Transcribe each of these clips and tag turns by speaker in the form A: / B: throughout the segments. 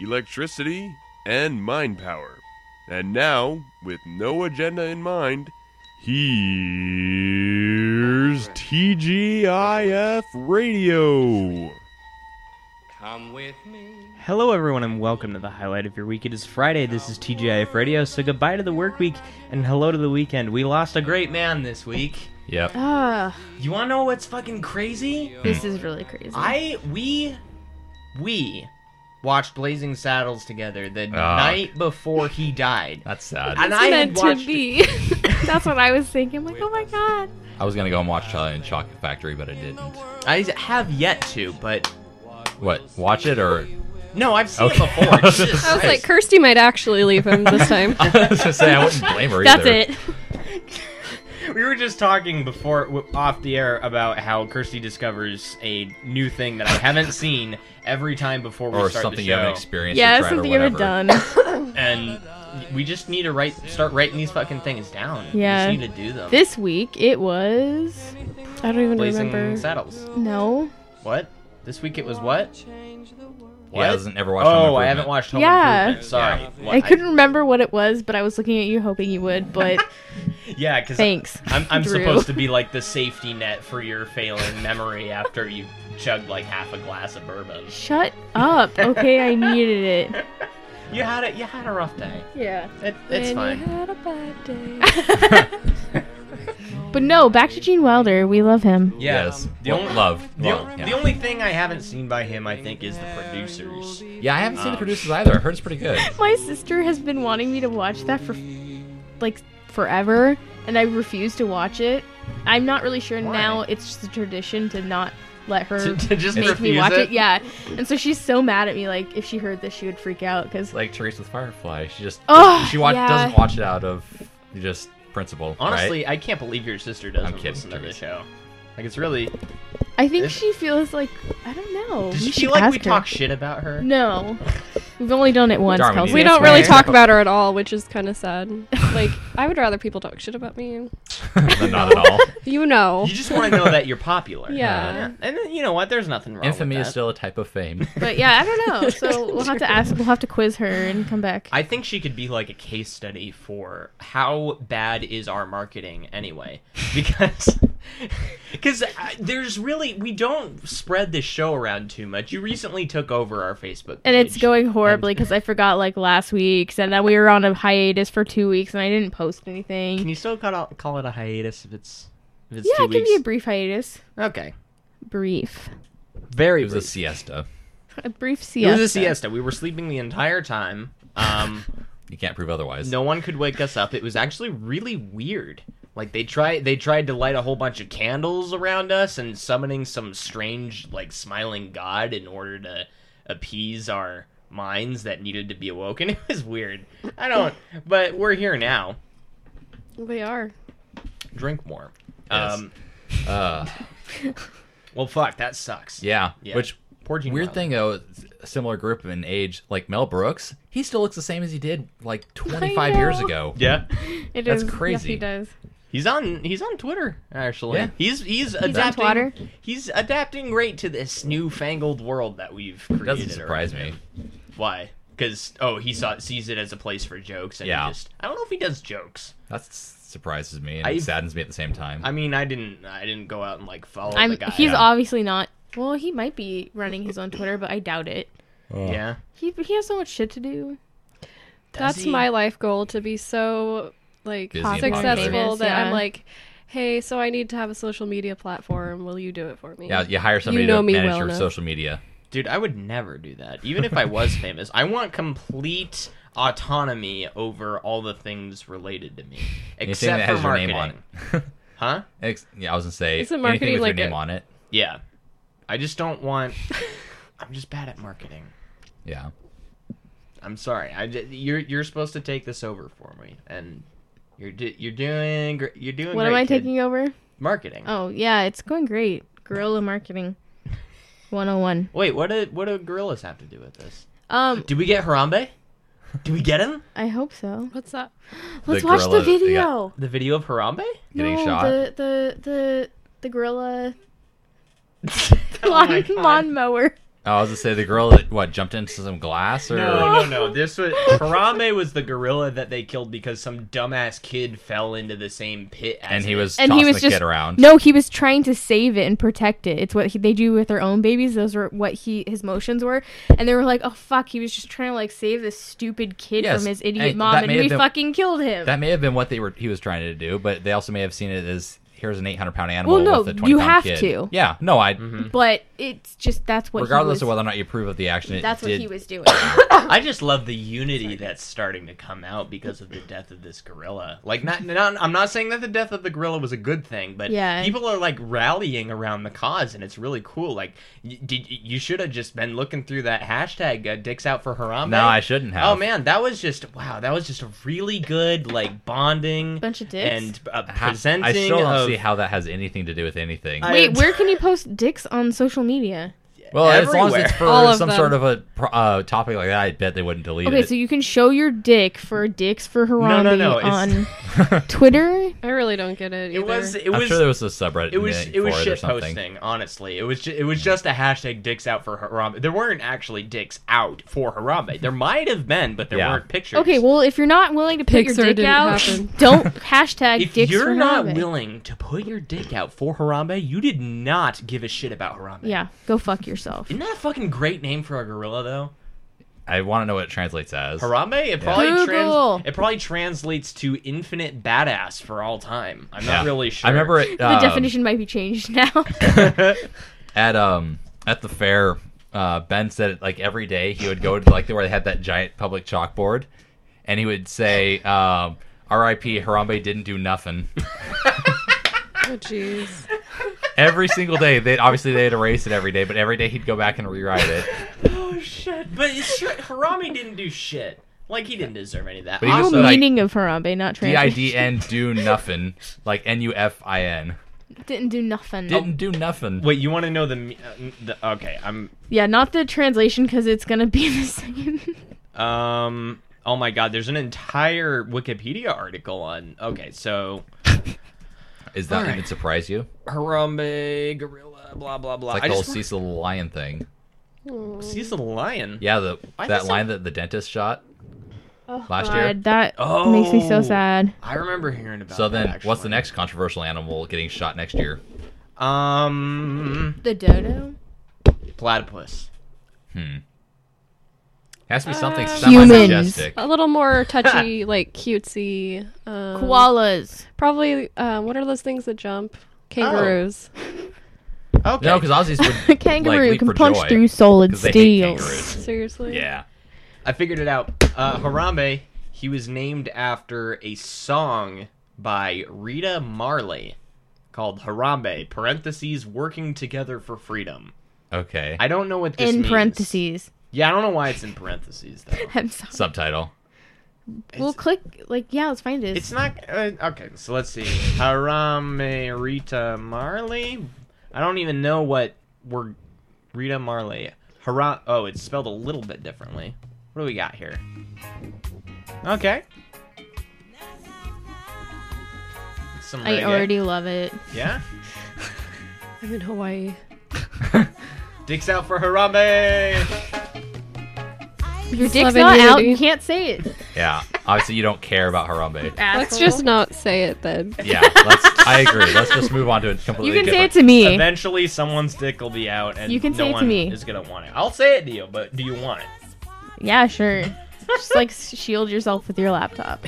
A: electricity, and mind power. And now, with no agenda in mind, here's TGIF Radio.
B: Come with me.
C: Hello, everyone, and welcome to the highlight of your week. It is Friday. This is TGIF Radio. So goodbye to the work week and hello to the weekend. We lost a great man this week.
D: Yep.
E: Ah,
C: You want to know what's fucking crazy?
E: this is really crazy.
C: I we we watched Blazing Saddles together the night before he died.
D: That's sad.
C: and
E: It's
C: I had
E: meant to
C: watched
E: be. That's what I was thinking. I'm like, oh my god.
D: I was gonna go and watch Charlie and the Chocolate Factory, but I didn't.
C: I have yet to, but
D: What? Watch it or?
C: no, I've seen
D: Okay.
C: it before. Jesus
E: I was
C: Christ.
E: like, Kirsty might actually leave him this time.
D: I was gonna say I wouldn't blame her
E: That's
D: either.
E: it.
C: we were just talking before w- off the air about how Kirsty discovers a new thing that I haven't seen every time before we
D: Or
C: start
D: something
C: the
D: you haven't
C: show.
D: experienced. or
E: Yeah,
D: tried or
E: something you haven't
D: whatever.
E: done.
C: and we just need to write start writing these fucking things down.
E: Yeah.
C: We just need to do them.
E: this week it was. I don't even
C: Blazing
E: remember.
C: Saddles.
E: No.
C: What? This week it was what?
D: Yeah, I hasn't ever watched.
C: Oh,
D: Home
C: I haven't
D: Improvement.
C: watched Home
E: Yeah.
C: Improvement. Sorry. What-
E: I couldn't remember what it was, but I was looking at you hoping you would, but
C: yeah, because
E: thanks.
C: I'm, I'm
E: Drew.
C: supposed to be like the safety net for your failing memory after you chugged like half a glass of bourbon.
E: Shut up. Okay, I needed it.
C: You had a you had a rough day.
E: Yeah.
C: It, it's fine.
E: had a bad day. but no, back to Gene Wilder. We love him.
C: Yeah.
D: Yes.
C: The
D: Well,
C: only
D: love.
C: The,
D: love,
C: o-
D: yeah.
C: the only thing I haven't seen by him, I think, is the producers.
D: Yeah, I haven't seen
C: Ah.
D: the producers either. I heard it's pretty good.
E: My sister has been wanting me to watch that for like forever, and I refuse to watch it. I'm not really sure
C: Why?
E: now. It's just a tradition to not let
C: to,
E: her
C: to just
E: make
C: refuse
E: me watch it. Yeah, and so she's so mad at me. Like if she heard this, she would freak out because
D: It's like Teresa the Firefly. She just
E: Oh,
D: she watch,
E: yeah.
D: doesn't watch it out of just principle. right?
C: Honestly, I can't believe your sister doesn't
D: I'm kidding,
C: listen to
D: Teresa.
C: the show. Like it's really.
E: I think
C: Is-
E: she feels like I don't know.
C: Does
E: we
C: she
E: should
C: feel like we
E: ask her.
C: talk shit about her?
E: No, we've only done it once.
D: Darwin,
E: Kelsey.
D: you
F: We
D: That's
F: don't really
D: fair.
F: talk about her at all, which is kind of sad. Like, I would rather people talk shit about me.
D: No, not at all.
F: You know.
C: You just want to know that you're popular. Uh,
F: Yeah.
C: And then, you know what? There's nothing wrong.
D: Infamy
C: with that.
D: is still a type of fame.
E: But yeah, I don't know. So we'll have to ask. We'll have to quiz her and come back.
C: I think she could be like a case study for how bad is our marketing anyway, because because there's really we don't spread this show around too much. You recently took over our Facebook,
E: and it's
C: page.
E: going horribly because I forgot like last week's, and then we were on a hiatus for two weeks, and I didn't post
C: Can
E: anything.
C: you still call it, call it a hiatus if it's if it's
E: Yeah,
C: two
E: it can
C: weeks?
E: be a brief hiatus.
C: okay,
E: Brief.
C: very
D: It was a siesta.
E: A brief
C: It
E: siesta.
C: was a siesta. We were sleeping the entire time. Um,
D: You can't prove otherwise.
C: no one could wake us up. It was actually really weird. Like they tried, they tried to light a whole bunch of candles around us and summoning some strange, like smiling god in order to appease our minds that needed to be awoken. It was weird. I don't. But we're here now.
F: They are.
C: Drink more.
D: Yes.
C: Um.
D: Uh,
C: Well, fuck. That sucks.
D: yeah. Which
C: Poor Gene
D: Weird
C: Wilder.
D: thing though, a similar group in age, like Mel Brooks, he still looks the same as he did like 25
E: know.
D: years ago.
C: Yeah.
E: It
D: That's
E: is-
D: crazy.
E: Yes, he does.
C: He's on he's on Twitter actually.
D: Yeah.
C: He's he's adapting.
E: Twitter?
C: He's adapting great to this newfangled world that we've created.
D: Doesn't surprise
C: around
D: me.
C: him. Why? Because oh, he saw, sees it as a place for jokes, and
D: Yeah.
C: he just I don't know if he does jokes.
D: That surprises me and
C: I-
D: it saddens me at the same time.
C: I mean, I didn't I didn't go out and like follow the
E: I'm.
C: guy.
E: He's
D: yeah.
E: obviously not. Well, he might be running his own Twitter, but I doubt it.
C: yeah.
E: He he has so much shit to do.
F: That's
C: he?
F: my life goal to be so like
D: Busy and
F: successful
E: famous,
F: that
E: yeah.
F: I'm like, hey, so I need to have a social media platform. Will you do it for me?
D: yeah, you hire somebody
F: know
D: to
F: me
D: manage
F: well
D: your
F: enough.
D: social media.
C: Dude, I would never do that. Even if I was famous, I want complete autonomy over all the things related to me,
D: Anything
C: except
D: that
C: for
D: has your
C: marketing.
D: name on it.
C: Huh?
D: Ex- yeah, I was gonna say
F: Isn't
D: anything
F: marketing
D: with
F: like
D: your
F: a-
D: name on it.
C: Yeah. I just don't want. I'm just bad at marketing.
D: Yeah.
C: I'm sorry. I ju- you're you're supposed to take this over for me, and you're do, you're doing gr- you're doing.
E: What am
C: great,
E: I
C: kid.
E: taking over?
C: Marketing.
E: Oh, yeah, it's going great. Guerrilla marketing 101.
C: Wait, what do what do gorillas have to do with this?
E: Um,
C: Did we get Harambe? Did we get him?
E: I hope so.
F: What's that?
E: Let's
D: The
E: watch
D: gorilla
E: the
D: that they got-
E: video.
C: The video of Harambe?
D: Getting
E: no,
D: shot.
E: The, the, the, the gorilla
C: Oh my
E: lawn,
C: God.
E: lawnmower.
D: Oh, I was gonna say the girl that what jumped into some glass or
C: No, no, no. This was Harambe was the gorilla that they killed because some dumbass kid fell into the same pit as
D: and he
C: it.
D: was
E: And
D: tossing
E: he was
D: the
E: just
D: kid around.
E: no. He was trying to save it and protect it. It's what he, they do with their own babies. Those were what he his motions were, and they were like, "Oh fuck!" He was just trying to like save this stupid kid
D: Yes,
E: from his idiot
D: and that
E: mom, and
D: may have
E: we
D: been-
E: fucking killed him.
D: That may have been what they were he was trying to do, but they also may have seen it as here's an 800 pound animal.
E: Well, no,
D: with a 20
E: you
D: pound
E: have
D: kid.
E: to.
D: Yeah, no, I.
C: Mm-hmm.
E: but it's just that's what. he
D: Regardless
E: was,
D: of whether or not you approve of the action, it
E: that's what
D: did-
E: he was doing.
C: I just love the unity that's starting to come out because of the death of this gorilla. Like, not, not I'm not saying that the death of the gorilla was a good thing, but
E: Yeah.
C: people are like rallying around the cause, and it's really cool. Like, you, did you should have just been looking through that hashtag uh, "Dicks Out for Harambe"?
D: No, I shouldn't have.
C: Oh man, that was just wow. That was just a really good like bonding
E: Bunch of dicks?
C: and uh,
D: Ha-
C: presenting.
D: I still don't
C: of-
D: see how that has anything to do with anything.
C: I-
E: Wait, where can you post dicks on social media?
D: well, as long as
C: everywhere.
D: it's for
F: All of
D: some
F: them.
D: sort of a pro- uh, topic like that, I bet they wouldn't delete
E: Okay,
D: it.
E: so you can show your dick for dicks for Harambe
C: no, no, it's-
E: on Twitter.
F: I really don't get it. Either.
C: it was. It
D: I'm
C: was.
D: sure there was a subreddit
C: it was
D: thing
C: it was
D: for it or
C: shit
D: something.
C: posting. Honestly, it was ju- it was just a hashtag dicks out for Harambe. There weren't actually dicks out for Harambe. There might have been, but there
D: Yeah.
C: weren't pictures.
E: Okay, well, if you're not willing to put
F: Pixar
E: your dick
F: didn't
E: out,
F: happen.
E: don't hashtag
C: if
E: dicks
C: you're
E: for
C: not
E: Harambe.
C: willing to put your dick out for Harambe, you did not give a shit about Harambe.
E: Yeah, go fuck yourself.
C: Isn't that a fucking great name for a gorilla though?
D: I want to know what it translates as.
C: Harambe? It probably
E: Google.
C: trans- it probably translates to infinite badass for all time. I'm
D: Yeah.
C: not really sure.
D: I remember it.
E: The
D: um,
E: definition might be changed now.
D: at um at the fair uh ben said it like every day he would go to like where they had that giant public chalkboard and he would say um rip harambe didn't do nothing
F: Oh, jeez.
D: every single day they obviously they'd erase it every day but every day he'd go back and rewrite it
C: Oh shit. But it's sure Harambe didn't do shit. Like he didn't deserve any of that.
D: But he
E: Full
D: was like-
E: meaning of Harambe, not translation.
D: d-i-d-n do nothing like n-u-f-i-n
E: Didn't do nothing.
D: didn't do nothing
C: Wait, you want to know the, me- uh, the okay? I'm
E: Oh. Yeah, not the translation because it's gonna be the same.
C: um. Oh my god, there's an entire Wikipedia article on. Okay, so
D: is that
C: Alright.
D: even surprise you
C: Harambe, gorilla, blah blah blah.
D: like
C: I
D: the whole
C: just
D: cecil the lion thing
C: want- Cecil the lion.
D: yeah the
C: Why
D: that
C: does it-
D: line that the dentist shot
E: oh,
D: Last year?
E: God, that
C: Oh.
E: makes me so sad.
C: I remember hearing about.
D: so
C: that,
D: then what's the
C: actually.
D: next controversial animal getting shot next year
C: Um,
E: The dodo.
C: platypus.
D: Hmm. Has to be something
E: Uh, Humans.
D: semi-majestic.
F: A little more touchy, like cutesy. Um,
E: Koalas.
F: Probably. Um, what are those things that jump? Kangaroos.
D: Oh.
C: Okay.
D: No, because Aussies
E: A
D: would
E: kangaroo
D: leap
E: can
D: for
E: punch
D: joy,
E: through solid
D: 'cause they hate
E: steel.
D: kangaroos.
F: Seriously.
D: Yeah,
C: I figured it out. Uh, Harambe. He was named after a song by Rita Marley called Harambe (parentheses Working Together for Freedom).
D: okay.
C: I don't know what this
E: In
C: means.
E: parentheses.
C: Yeah, I don't know why it's in parentheses though.
E: I'm sorry.
D: Subtitle.
E: We'll click. Like, yeah, let's find it.
C: It's not uh, okay. So let's see. Harambe Rita Marley. I don't even know what we're Rita Marley. Haram. Oh, it's spelled a little bit differently. What do we got here? Okay. Some
E: I
C: reggae.
E: already love it.
C: yeah.
F: I'm in Hawaii.
C: Dicks out for Harambe.
E: If your dick's
F: Loving
E: not out,
F: unity.
E: you can't say it.
D: Yeah, obviously you don't care about Harambe.
F: Let's just not say it then.
D: Yeah, let's. I agree. Let's just move on to a completely
E: You can say
D: different.
E: it to me.
C: Eventually, someone's dick will be out, and
E: You can
C: no
E: say it to
C: one
E: me.
C: is gonna want it. I'll say it to you, but do you want it?
E: Yeah, sure. Just like s- shield yourself with your laptop.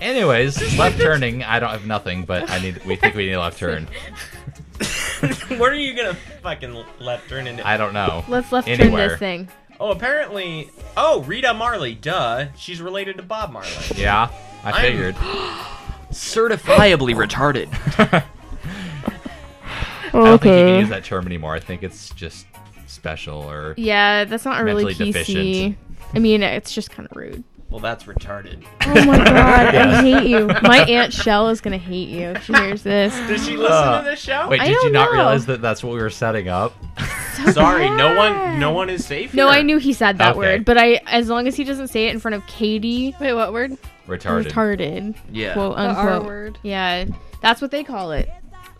D: Anyways, left turning. I don't have nothing, but I need. We think we need a left turn.
C: Where are you gonna fucking left turn into?
D: I don't know.
E: Let's left turn
D: Anywhere.
E: this thing.
C: Oh, apparently. Oh, Rita Marley. Duh. She's related to Bob Marley.
D: Yeah, I
C: I'm-
D: figured.
C: Certifiably retarded.
D: I don't think you
E: okay.
D: can use that term anymore. I think it's just special or
E: Yeah, that's not really
D: Mentally
E: PC.
D: deficient.
E: I mean, it's just kind of rude.
C: Well, that's retarded.
E: Oh my god, I hate you. My aunt Shell is gonna hate you if she hears this.
C: Did she listen
D: Uh,
C: to this show?
D: Wait,
E: I
D: did you
E: don't
D: not
E: know.
D: realize that that's what we were setting up?
E: So
C: Sorry, no
E: bad.
C: one, no one is safe.
E: No,
C: here.
E: I knew he said that
D: Okay.
E: word, but I as long as he doesn't say it in front of Katie,
F: Wait, what word?
D: Retarded.
E: retarded,
C: Yeah.
E: quote
F: The
E: unquote.
F: R word.
E: Yeah, that's what they call it.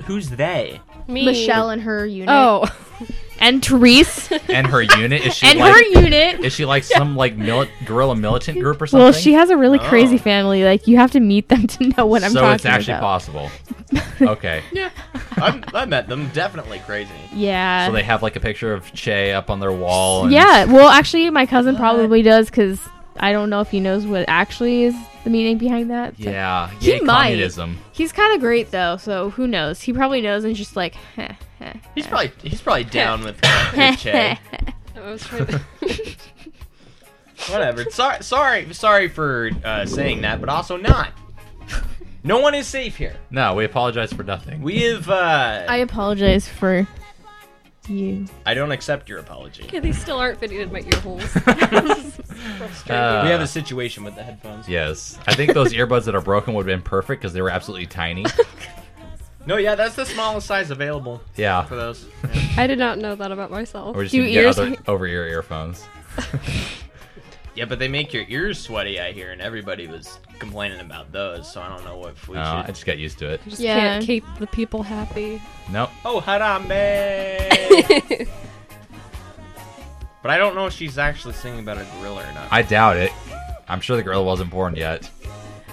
C: Who's they?
F: Me.
E: Michelle and her unit.
F: Oh.
E: and Therese
D: And her unit is she
E: and
D: like
E: her unit.
D: is she like some like mili- guerrilla militant group or something?
E: Well, she has a really crazy
C: Oh.
E: family. Like you have to meet them to know what I'm
D: so
E: talking
D: it's actually
E: about.
D: possible. Okay.
C: Yeah, I, I met them. Definitely crazy.
E: Yeah.
D: So they have like a picture of Che up on their wall. And
E: Yeah, well, actually, my cousin probably does because I don't know if he knows what actually is the meaning behind that. So-
D: Yeah.
E: He
D: Yay,
E: might.
D: communism.
E: He's kind of great though, so who knows? He probably knows and just like, heh, heh.
C: He's probably he's probably down with, uh, with Che.
F: I was trying to-
C: Whatever. Sorry, sorry, sorry for uh, saying that, but also not. No one is safe here.
D: No, we apologize for nothing.
C: We have. Uh,
E: I
C: I,
E: apologize for you.
C: don't accept your apology.
F: yeah, these still aren't fitting in my ear holes.
D: Uh,
C: we have a situation with the headphones.
D: Yes. I think those earbuds that are broken would have been perfect because they were absolutely tiny.
C: No, yeah, that's the smallest size available
D: Yeah.
C: for those.
F: I did not know that about myself.
D: We're just
E: Do
D: gonna get
E: ears
D: other
E: hang-
D: over ear earphones.
C: Yeah, but they make your ears sweaty, I hear, and everybody was complaining about those, so I don't know if we
D: No, I
C: should.
D: just got used to it.
F: Just
E: Yeah.
F: can't keep the people happy.
D: Nope.
C: Oh, Harambe! but I don't know if she's actually singing about a gorilla or not.
D: I doubt it. I'm sure the girl wasn't born yet.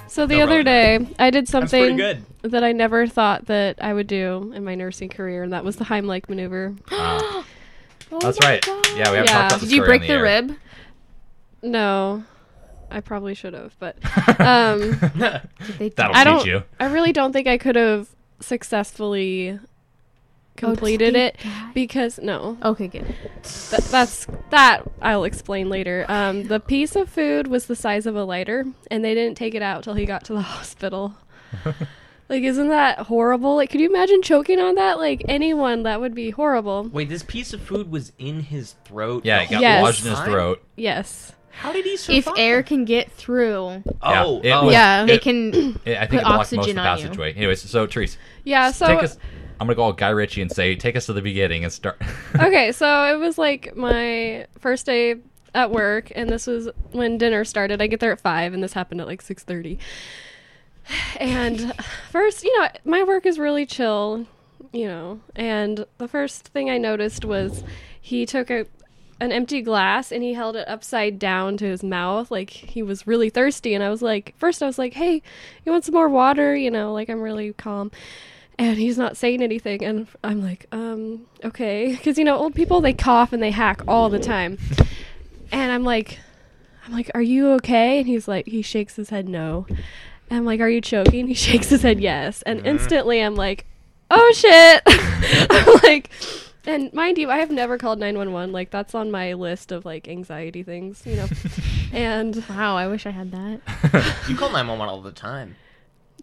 F: So the
C: No,
F: other
C: probably
F: day, I did something
C: That's pretty
F: that I never thought that I would do in my nursing career, and that was the Heimlich maneuver.
D: Uh,
E: Oh
D: that's
E: my
D: right.
E: God.
D: Yeah, we haven't talked
F: Yeah.
D: about
E: Did
D: this
E: you
D: story on
E: break the,
D: air.
E: rib?
F: No, I probably should have, but um,
C: good.
E: They
D: That'll
F: I
D: teach
F: don't.
D: you.
F: I really don't think I could have successfully completed
E: they
F: it
E: die?
F: because no,
E: Okay, good.
F: Th- that's that I'll explain later. Um, the piece of food was the size of a lighter, and they didn't take it out till he got to the hospital. like, isn't that horrible? Like, could you imagine choking on that? Like, anyone that would be horrible.
C: Wait, this piece of food was in his throat.
D: Yeah,
C: the
D: it got
F: Yes.
C: whole
D: lodged in his
C: time?
D: throat.
F: Yes.
C: How did he survive?
E: If air can get through,
C: Oh,
D: Yeah, it
C: oh.
D: was-
E: yeah, they
D: it-
E: can.
D: It- I think it blocked
E: Put
D: most of
E: oxygen
D: the
E: on you. Uh,
D: passageway. Anyways, so Therese,
F: Yeah. So
D: take us. I'm gonna go all Guy Ritchie and say, take us to the beginning and start.
F: okay, so it was like my first day at work, and this was when dinner started. I get there at five, and this happened at like six thirty. And first, you know, my work is really chill, you know. And the first thing I noticed was he took a an empty glass and he held it upside down to his mouth like he was really thirsty and i was like first i was like hey you want some more water you know like i'm really calm and he's not saying anything and i'm like um okay because you know old people they cough and they hack all the time and i'm like i'm like are you okay and he's like he shakes his head no and i'm like are you choking he shakes his head yes and instantly i'm like oh shit i'm like and mind you i have never called 911 like that's on my list of like anxiety things you know and
E: Wow, I wish I had that.
C: You call 911 all the time.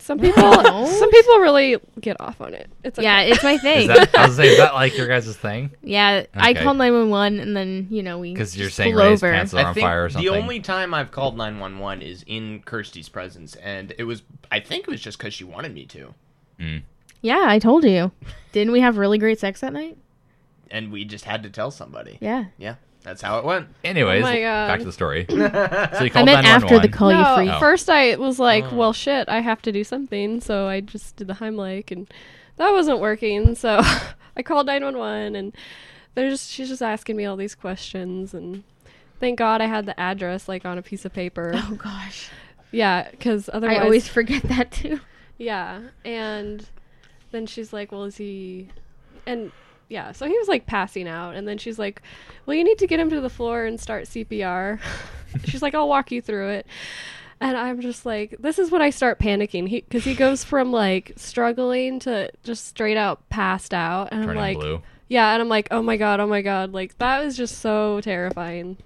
F: some people
E: No.
F: some people really get off on it it's okay.
E: Yeah, it's my
D: is
E: thing.
D: that, I was saying, is that like your guys' thing?
E: yeah, I
D: Okay.
E: call nine one one, and then you know we
D: Because
E: because
D: you're saying
E: pull
D: Ray's
E: over.
D: pants are
C: I
D: on
C: think
D: fire or something.
C: the only time I've called 911 is in Kirsty's presence, and it was, I think it was just because she wanted me to.
E: Yeah, I told you. Didn't we have really great sex that night?
C: And we just had to tell somebody.
E: Yeah.
C: Yeah, that's how it went.
D: Anyways,
F: Oh my God.
D: back to the story. so you
E: I
D: called
E: meant after the
D: 911.
E: call Oh, you
F: no,
E: freak.
F: First, I was like, well, shit, I have to do something. So I just did the Heimlich, and that wasn't working. So I called 911, and they're just, she's just asking me all these questions. And thank God I had the address like on a piece of paper.
E: Oh gosh.
F: yeah, because otherwise.
E: I always forget that too.
F: Yeah. And then she's like, well, is he. And yeah, so he was like passing out. And then she's like, well, you need to get him to the floor and start CPR. she's like, I'll walk you through it. And I'm just like, this is when I start panicking. Because he, goes from like struggling to just straight out passed out. And I'm
D: Turning
F: like,
D: blue.
F: yeah. And I'm like, oh my God, oh my God. Like, that was just so terrifying.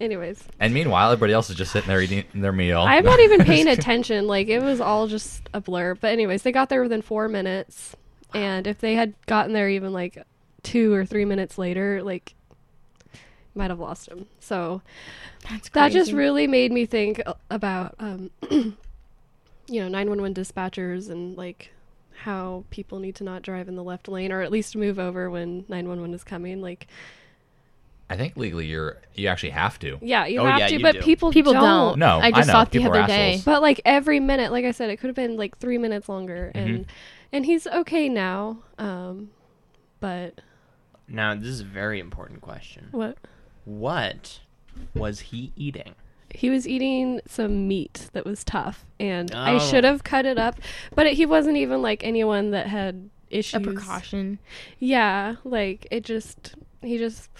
F: Anyways,
D: And meanwhile, everybody else is just sitting there eating their meal.
F: I'm not even paying attention. Like it was all just a blur. But anyways, they got there within four minutes, and if they had gotten there even like two or three minutes later, like might have lost him. So that just
E: crazy.
F: really made me think a- about, um, you know, 911 dispatchers and like how people need to not drive in the left lane or at least move over when 911 is coming. Like,
D: I think legally you're you actually have to.
F: yeah, you
C: Oh,
F: have
C: yeah,
F: to,
C: you
F: but
C: do.
F: people
E: People don't.
D: No,
E: I
D: I
E: just
D: know.
E: saw it the
D: People are
E: other day.
D: assholes.
F: But like every minute, like I said, it could have been like three minutes longer,
D: Mm-hmm.
F: and and he's okay now. Um, but
C: Now, this is a very important question.
F: what
C: What was he eating?
F: he was eating some meat that was tough, and
C: Oh.
F: I should have cut it up, but it, he wasn't even like anyone that had
E: A
F: issues.
E: precaution.
F: Yeah, like it just he just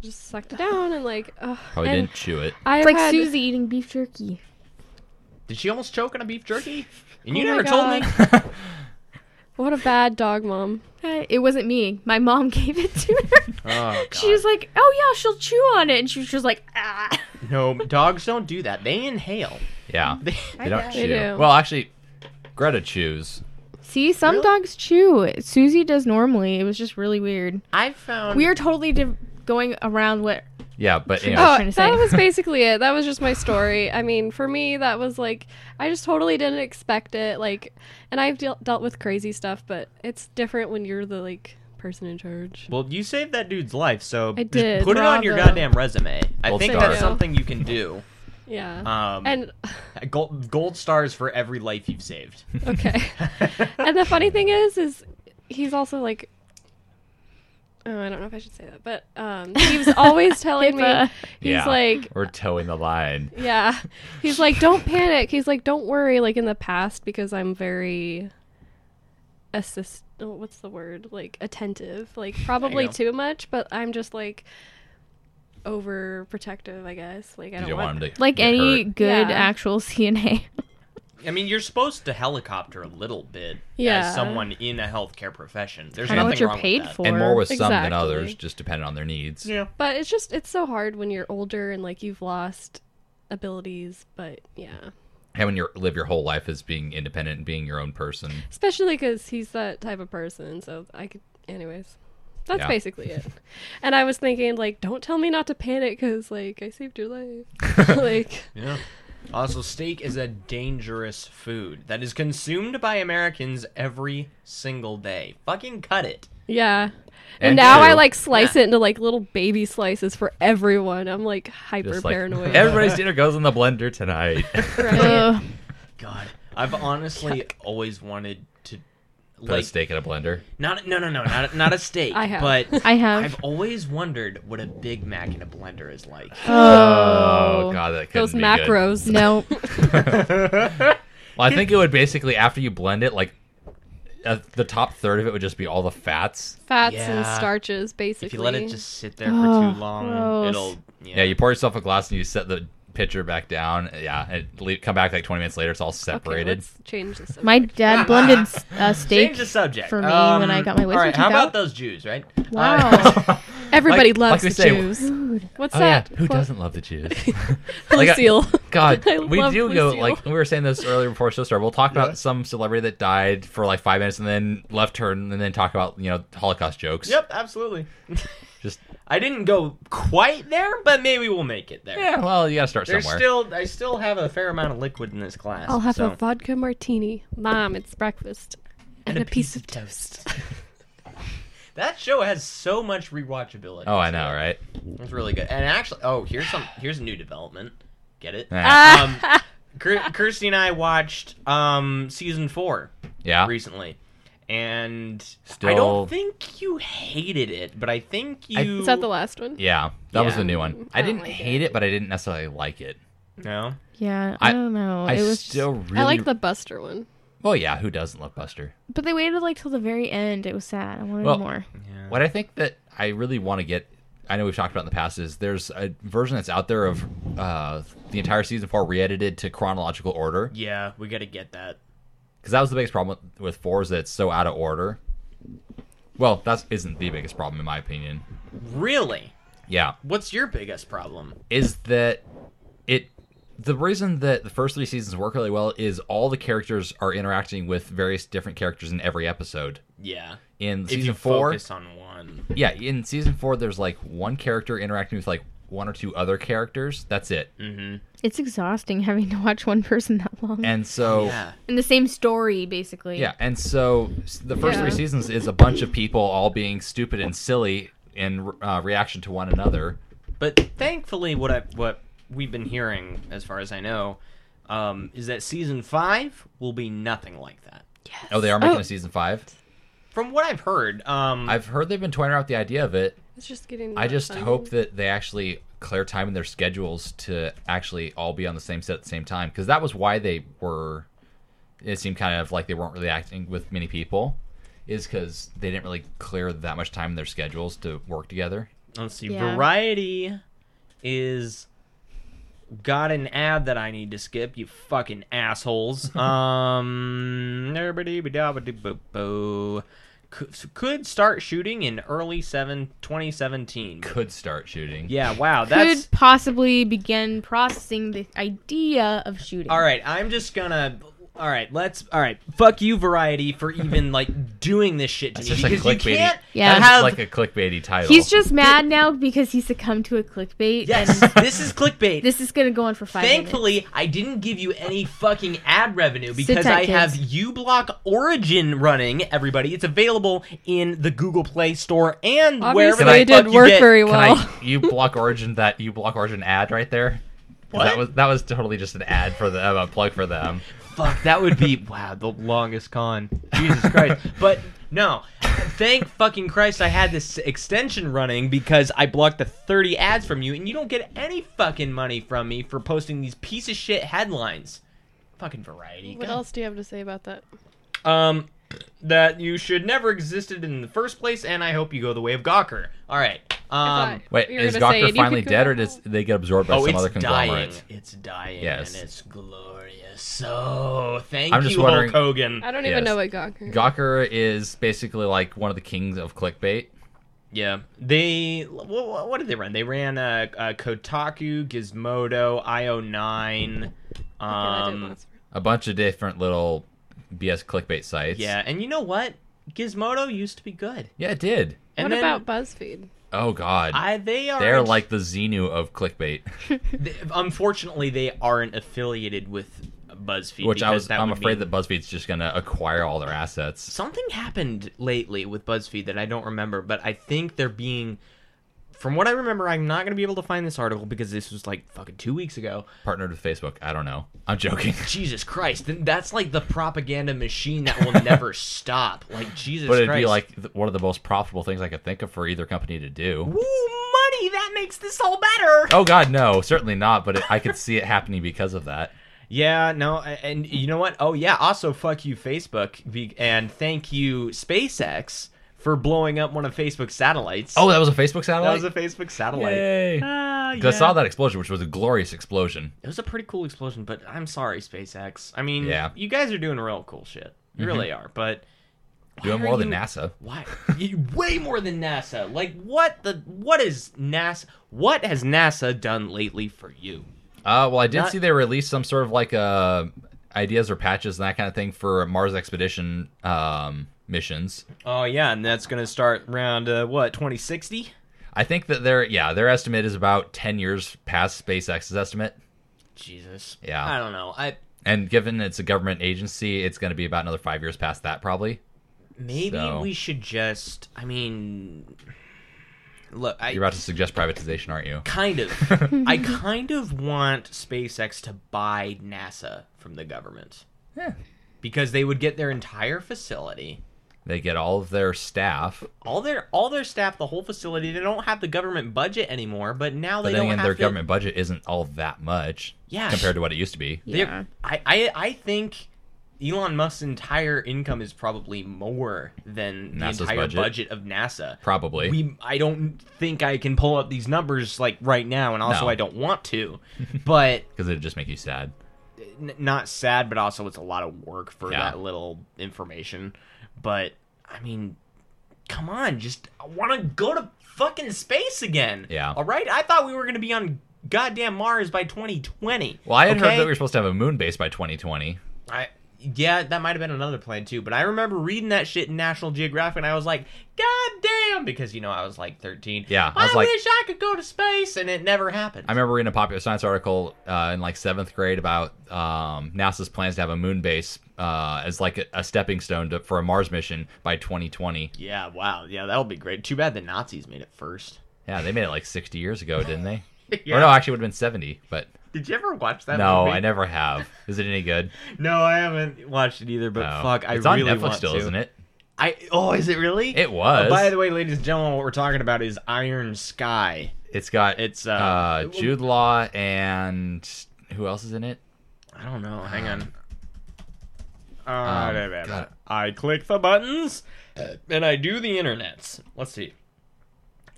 F: just sucked it down and like ugh.
D: Probably
F: And
D: didn't chew it.
F: I
E: It's like
F: had,
E: Susie eating beef jerky.
C: Did she almost choke on a beef jerky? And you
F: Oh my
C: never told me.
F: What a bad dog mom.
E: Uh, It wasn't me. My mom gave it to her.
C: Oh, God.
E: She was like, "Oh yeah, she'll chew on it," and she was just like, "Ah."
C: No, dogs don't do that. They inhale.
D: Yeah.
C: They-
D: They don't chew.
F: They do.
D: Well, actually, Greta chews.
E: See, some dogs chew. Susie does normally. It was just really weird.
C: I found
E: We are totally div- going around what
D: Yeah, but anyway,
E: was
F: Oh,
E: trying to
F: that
E: say.
F: was basically it. That was just my story. I mean, for me, that was like I just totally didn't expect it. Like, and I've dealt dealt with crazy stuff, but it's different when you're the like person in charge.
C: Well, you saved that dude's life, so
F: I
C: just
F: did,
C: put it on your
F: bravo.
C: goddamn resume. I
D: Gold
C: think
D: star.
C: that's something you can do.
F: Yeah.
C: Um,
F: and
C: gold, gold stars for every life you've saved.
F: okay. and the funny thing is, is he's also like. Oh, I don't know if I should say that, but um, he was always telling me
E: HIPAA.
F: he's
D: Yeah.
F: like
D: we're towing the line.
F: Yeah. He's like, don't panic. He's like, don't worry. Like in the past, because I'm very assist. oh, What's the word? Like attentive. Like probably
C: go.
F: too much, but I'm just like overprotective, I guess. Like I
D: You
F: don't,
D: don't want him to
E: like
D: get
E: any
D: hurt.
E: good
F: Yeah.
E: actual CNA.
C: I mean, you're supposed to helicopter a little bit
F: Yeah.
C: as someone in a healthcare profession. There's
E: Kinda
C: nothing
E: what you're
C: wrong
E: paid
C: with that.
E: for.
D: and more with some than
F: Exactly.
D: others, just depending on their needs.
C: Yeah.
F: But it's just it's so hard when you're older and like you've lost abilities. But yeah,
D: Having your live your whole life as being independent and being your own person.
F: especially because he's that type of person. So I could, anyways. That's
D: Yeah.
F: basically it. And I was thinking, like, don't tell me not to panic because, like, I saved your life. like,
C: Yeah. Also, steak is a dangerous food that is consumed by Americans every single day. Fucking cut it.
F: yeah. And,
D: And
F: now I
D: two-
F: like slice it into like little baby slices for everyone. I'm like hyper
D: Just like
F: paranoid.
D: everybody's dinner goes in the blender tonight.
F: right?
E: Ugh.
C: God, I've honestly always wanted to
D: Put a
C: like
D: steak in a blender.
C: not no no no not not a steak.
F: I have.
C: but
E: I have.
C: I've always wondered what a Big Mac in a blender is like.
D: Oh, god, that could
F: Those macros.
E: No,
D: Well, I think it would basically after you blend it, like uh, the top third of it would just be all the fats.
F: Fats and
C: Yeah.
F: starches, basically.
C: If you let it just sit there for
E: Oh,
C: too long,
E: gross.
C: it'll yeah.
D: Yeah, you pour yourself a glass and you set the pitcher back down. Yeah, and le- come back like 20 minutes later, it's all
F: okay,
D: separated.
F: let's change this.
E: my dad blended s- uh, steak.
C: change the subject Um,
E: for me when I got my
C: all
E: wisdom
C: right, how
E: teeth
C: about
E: out.
C: those Jews, right?
E: Wow.
C: Uh,
F: Everybody
D: Like- like
F: loves
D: we
F: the
D: say-
F: Jews. What's
D: oh yeah,
F: that?
D: who
F: What-
D: doesn't love the Jews? Like, I-
F: Lucille.
D: God,
F: I
D: we
F: love
D: do go
F: Lucille.
D: like we were saying this earlier before show started. We'll talk about some celebrity that died for like five minutes and then left turn and then talk about you know Holocaust jokes.
C: yep, absolutely.
D: Just
C: I didn't go quite there, but maybe we'll make it there.
D: yeah. eh, Well, you gotta start
C: There's
D: somewhere.
C: still I still have a fair amount of liquid in this glass.
F: I'll have
C: so.
F: a vodka martini. Mom, it's breakfast. And, a, piece, of toast.
C: That show has so much rewatchability.
D: oh, I
C: so
D: know, right?
C: It's really good. And actually, oh, here's some here's a new development. Get it?
D: Ah.
C: Um, Kir- Kirsty and I watched um season four
D: Yeah.
C: recently, and I
D: Ah. Still-
C: don't think you hated it, but I think you
F: Is that the last one?
D: Yeah, that was
C: Yeah.
D: the new one. I
F: don't
D: didn't
F: like
D: hate it. but I didn't necessarily like it.
C: no.
E: yeah, I,
D: I-
E: don't know.
D: I
E: it was just-
D: still really.
F: I like the Buster one.
D: Well, yeah. Who doesn't love Buster?
E: but they waited like till the very end. It was sad. I wanted
D: Well-
E: more.
D: What I think that I really want to get. I know we've talked about in the past is there's a version that's out there of uh, the entire season four re-edited to chronological order
C: Yeah, we got to get that.
D: because that was the biggest problem with, with four is that it's so out of order. Well, that isn't the biggest problem in my opinion.
C: Really?
D: Yeah,
C: What's your biggest problem?
D: is that it the reason that the first three seasons work really well is all the characters are interacting with various different characters in every episode.
C: Yeah.
D: In
C: if you
D: season four,
C: focus on one.
D: yeah, in season four, there's like one character interacting with like one or two other characters. That's it.
E: It's exhausting having to watch one person that long.
D: And so,
C: Yeah.
E: And the same story, basically.
D: yeah, and so s- the first
E: Yeah.
D: three seasons is a bunch of people all being stupid and silly in uh, reaction to one another.
C: But thankfully, what I what we've been hearing, as far as I know, um, is that season five will be nothing like that.
D: Oh, they are making
F: Oh.
D: a season five.
C: From what I've heard, um,
D: I've heard they've been toying around with the idea of it.
F: It's just getting.
D: I just
F: fun.
D: hope that they actually clear time in their schedules to actually all be on the same set at the same time because that was why they were. It seemed kind of like they weren't really acting with many people, is because they didn't really clear that much time in their schedules to work together.
C: let's see,
E: Yeah.
C: variety is got an ad that I need to skip. You fucking assholes. um, nerbidibidabidiboo. could could start shooting in early seven, 2017.
D: Could start shooting.
C: Yeah, wow,
E: Could
C: that's
E: possibly begin processing the idea of shooting.
C: All right, I'm just gonna. All right, let's. All right, fuck you, Variety, for even like doing this shit to
D: It's
C: me
D: just a
C: because you
D: clickbaity.
C: can't
E: Yeah.
D: That's
C: have.
D: like a clickbaity title.
E: He's just mad now because he succumbed to a clickbait.
C: yes,
E: And
C: this is clickbait.
E: this is going to go on for five minutes.
C: Thankfully, I didn't give you any fucking ad revenue because
E: tight,
C: I have
E: kids.
C: uBlock Origin running. Everybody, it's available in the Google Play Store and wherever
F: Obviously,
C: the
F: they
C: fuck
F: did
C: you
F: work
C: get-
F: very
D: Can
F: well.
D: I? You block origin that you block origin ad right there. 'Cause
C: What?
D: That was that was totally just an ad for them, a plug for them.
C: Fuck, that would be wow, the longest con. Jesus Christ. But no, thank fucking Christ I had this extension running because I blocked the 30 ads from you and you don't get any fucking money from me for posting these piece of shit headlines. Fucking variety.
F: What
C: God.
F: else do you have to say about that?
C: Um that you should never existed in the first place and I hope you go the way of Gawker. All right. Um
D: Wait,
F: You were
D: is
F: gonna say,
D: Gawker
F: and you
D: finally
F: could go
D: dead, or
F: back.
D: does they get absorbed by
C: Oh,
D: some
C: it's
D: other
C: dying.
D: conglomerate?
C: It's dying
D: Yes.
C: and it's glorious. So, thank
D: I'm
C: you
D: just wondering-
C: Hulk Hogan.
F: I don't even
D: Yes.
F: know what Gawker.
D: Gawker is basically like one of the kings of clickbait.
C: Yeah, they what, what did they run? They ran uh, uh, Kotaku, Gizmodo, IO9.
F: I did
C: Um,
F: once.
D: A bunch of different little BS clickbait sites.
C: yeah, and you know what? Gizmodo used to be good.
D: Yeah, it did.
C: And
F: what
C: then
F: about BuzzFeed?
D: Oh god.
C: I? They are.
D: They're like the Xenu of clickbait,
C: unfortunately, they aren't affiliated with BuzzFeed.
D: which I
C: because
D: was
C: that
D: I'm
C: would
D: afraid
C: mean-
D: that BuzzFeed's just going to acquire all their assets.
C: something happened lately with BuzzFeed that I don't remember, but I think they're being. From what I remember, I'm not going to be able to find this article because this was like fucking two weeks ago.
D: Partnered with Facebook. I don't know. I'm joking.
C: Jesus Christ, th- that's like the propaganda machine that will never stop. Like Jesus
D: but it'd
C: Christ.
D: be like th- one of the most profitable things I could think of for either company to do.
C: Ooh, money, that makes this all better.
D: Oh god, no, certainly not, but it, I could see it happening because of that.
C: Yeah, no, a- and you know what? Oh yeah, also fuck you Facebook be- and thank you SpaceX for blowing up one of Facebook's satellites.
D: Oh, that was a Facebook
C: that
D: satellite.
C: was a Facebook satellite.
D: Yay.
C: Ah,
D: 'Cause I saw
C: yeah.
D: that explosion, which was a glorious explosion.
C: It was a pretty cool explosion, but I'm sorry SpaceX. I mean,
D: Yeah.
C: you guys are doing real cool shit. You really are, but why
D: Doing
C: are
D: more than
C: you-
D: NASA.
C: Why? You- Way more than NASA. Like what the what is NASA? What has NASA done lately for you?
D: Uh, well, I did
C: Not-
D: see they released some sort of like uh, ideas or patches and that kind of thing for Mars expedition um, missions.
C: Oh yeah, and that's gonna start around uh, what 2060.
D: I think that their yeah their estimate is about ten years past SpaceX's estimate,
C: Jesus.
D: Yeah.
C: I don't know. I
D: and given it's a government agency, it's going to be about another five years past that probably.
C: maybe
D: So-
C: we should just. I mean, look. I
D: You're about to suggest privatization, aren't you?
C: kind of. I kind of want SpaceX to buy NASA from the government. Because they would get their entire facility.
D: They get all of their staff,
C: all their all their staff, the whole facility. They don't have the government budget anymore, but now they
D: but then
C: don't
D: again,
C: have
D: their
C: to-
D: government budget isn't all that much
C: Yeah.
D: compared to what it used to be.
C: they're-
E: Yeah.
C: I, I I think Elon Musk's entire income is probably more than
D: NASA's
C: the entire budget.
D: budget?
C: of NASA.
D: Probably.
C: We I don't think I can pull up these numbers like right now, and also
D: No.
C: I don't want to. But
D: because it'd just make you sad.
C: n- not sad, but also it's a lot of work for
D: Yeah.
C: that little information. But I mean, come on, just I want to go to fucking space again.
D: Yeah.
C: All right. I thought we were gonna be on goddamn Mars by 2020.
D: Well, I had
C: okay?
D: heard that we were supposed to have a moon base by 2020.
C: I yeah, that might have been another plan too, but I remember reading that shit in National Geographic and I was like, God damn because you know I was like thirteen.
D: Yeah,
C: I,
D: I was like-
C: wish I could go to space and it never happened.
D: I remember reading a popular science article uh, in like seventh grade about um, NASA's plans to have a moon base uh, as like a, a stepping stone to, for a Mars mission by 2020.
C: yeah, wow. Yeah, that'll be great. Too bad the Nazis made it first.
D: Yeah, they made it like 60 years ago, didn't they?
C: Yeah.
D: Or no, actually, it would have been 70. But
C: Did you ever watch that
D: no,
C: movie?
D: I never have. Is it any good?
C: No, I haven't watched it either, but
D: No.
C: fuck, I
D: it's
C: really
D: on Netflix
C: want
D: still,
C: to.
D: isn't it?
C: I oh, is it really?
D: It was.
C: Oh, by the way, ladies and gentlemen, what we're talking about is Iron Sky.
D: It's got
C: It's, uh,
D: uh, Jude Law and who else is in it?
C: I don't know. Hang on.
D: Um,
C: Uh, da- da- da.
D: God.
C: I click the buttons and I do the internets. Let's see.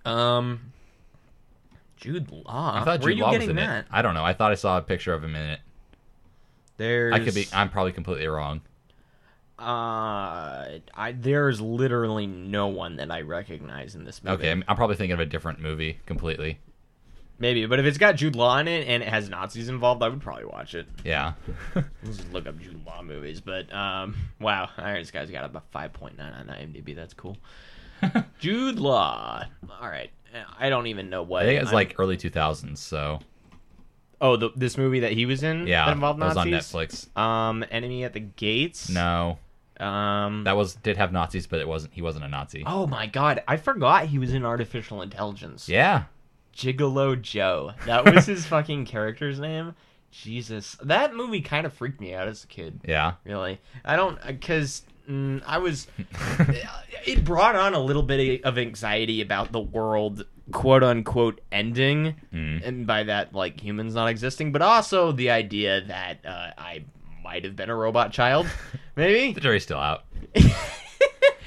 C: Um, Jude Law. Uh,
D: I thought
C: Where are
D: Jude
C: you
D: Law was
C: getting
D: in
C: that?
D: it. I don't know. I thought I saw a picture of him in it.
C: There's.
D: I could be. I'm probably completely wrong.
C: uh, I there's literally no one that I recognize in this movie.
D: Okay, I'm, I'm probably thinking of a different movie completely.
C: Maybe, but if it's got Jude Law in it and it has Nazis involved, I would probably watch it.
D: Yeah.
C: Let's just look up Jude Law movies. But um, wow, Iron Sky's got about five point nine on IMDb. That's cool. Jude Law. All right, I don't even know what.
D: I think it was
C: I'm-
D: like early 2000s. So
C: oh, the, this movie that he was in. Mm-hmm. that
D: yeah, that
C: involved
D: was
C: Nazis.
D: on Netflix.
C: Um, Enemy at the Gates.
D: No,
C: Um.
D: that was did have Nazis, but it wasn't. He wasn't a Nazi.
C: Oh my God! I forgot he was in Artificial Intelligence.
D: Yeah.
C: Gigolo Joe. That was his fucking character's name. Jesus, that movie kind of freaked me out as a kid.
D: Yeah.
C: really. I don't because mm, I was. uh, it brought on a little bit of anxiety about the world, quote unquote, ending,
D: Mm.
C: and by that like humans not existing, but also the idea that uh, I might have been a robot child, maybe.
D: The jury's still out.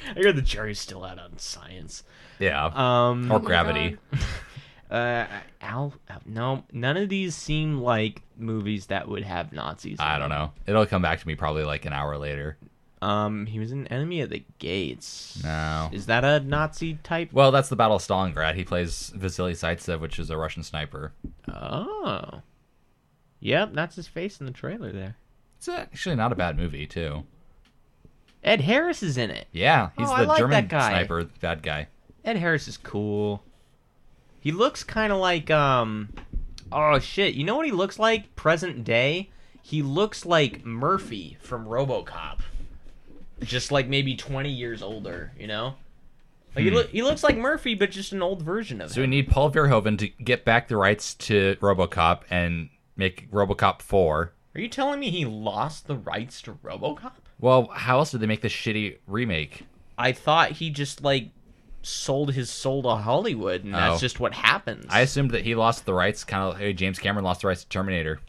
C: I hear the jury's still out on science.
D: Yeah.
C: Um,
D: or gravity.
C: uh, Al, no, none of these seem like movies that would have Nazis. in
D: I
C: them.
D: don't know. It'll come back to me probably like an hour later.
C: Um, he was an enemy at the gates.
D: No.
C: Is that a Nazi type?
D: Well, that's the Battle of Stalingrad. He plays Vasily Saitsev, which is a Russian sniper.
C: Oh. Yep, that's his face in the trailer there.
D: It's actually not a bad movie, too.
C: Ed Harris is in it.
D: Yeah, he's
C: Oh, I
D: the
C: like
D: German
C: that guy.
D: sniper bad guy.
C: Ed Harris is cool. He looks kind of like um oh shit, you know what he looks like present day? He looks like Murphy from RoboCop. Just like maybe 20 years older, you know? Like he, loo- he looks like Murphy but just an old version of
D: Hmm. So we
C: him.
D: need Paul Verhoeven to get back the rights to RoboCop and make RoboCop 4.
C: Are you telling me he lost the rights to RoboCop?
D: Well, how else did they make this shitty remake?
C: I thought he just like sold his soul to Hollywood, and that's
D: Oh.
C: just what happens.
D: I assumed that he lost the rights, kind of like hey, James Cameron lost the rights to Terminator.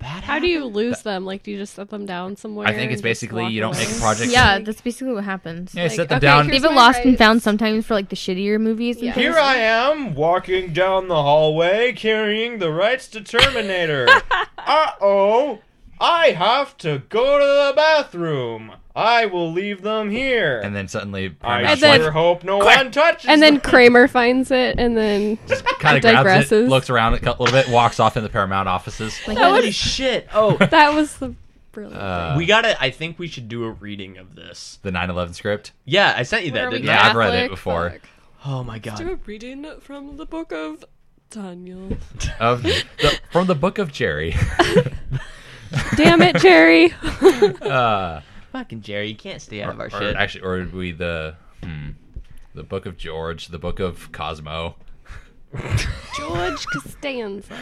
C: That
F: How do you lose them? Like, do you just set them down somewhere?
D: I think it's
F: and just
D: basically
F: walk
D: you don't make
F: away?
D: projects.
E: Yeah, that's basically what happens.
D: Yeah, you
F: Like,
D: set them
F: okay,
D: down.
F: here's-
E: Even
F: my
E: lost and
F: rights.
E: found sometimes for like the shittier movies. and
F: Yeah.
E: things.
C: Here I am walking down the hallway carrying the rights to Terminator. uh oh. I have to go to the bathroom. I will leave them here.
D: And then suddenly
C: I
D: Paramount
F: And then-
C: sure hope no one touches
F: And then
C: them.
F: Kramer finds it, and then
D: kind of grabs it,
F: digresses.
D: looks around a cou- little bit, walks off in the Paramount offices.
E: Like,
C: Holy shit. Oh,
F: that was the brilliant.
D: Uh,
C: we gotta. I think we should do a reading of this.
D: the 9/11 script.
C: Yeah, I sent you
F: Where
C: that,
F: are we
C: didn't
D: Yeah,
C: I?
D: I've read it
F: Catholic?
D: before.
F: Fuck.
C: Oh my
F: Do
C: god.
F: a reading from the book of Daniel.
D: Of the, from the book of Jerry.
F: Damn it, Jerry.
D: Uh,
C: Fucking Jerry, you can't stay out of
D: or,
C: our shit.
D: actually, or would we the hmm, the book of George, the book of Cosmo.
F: George Costanza.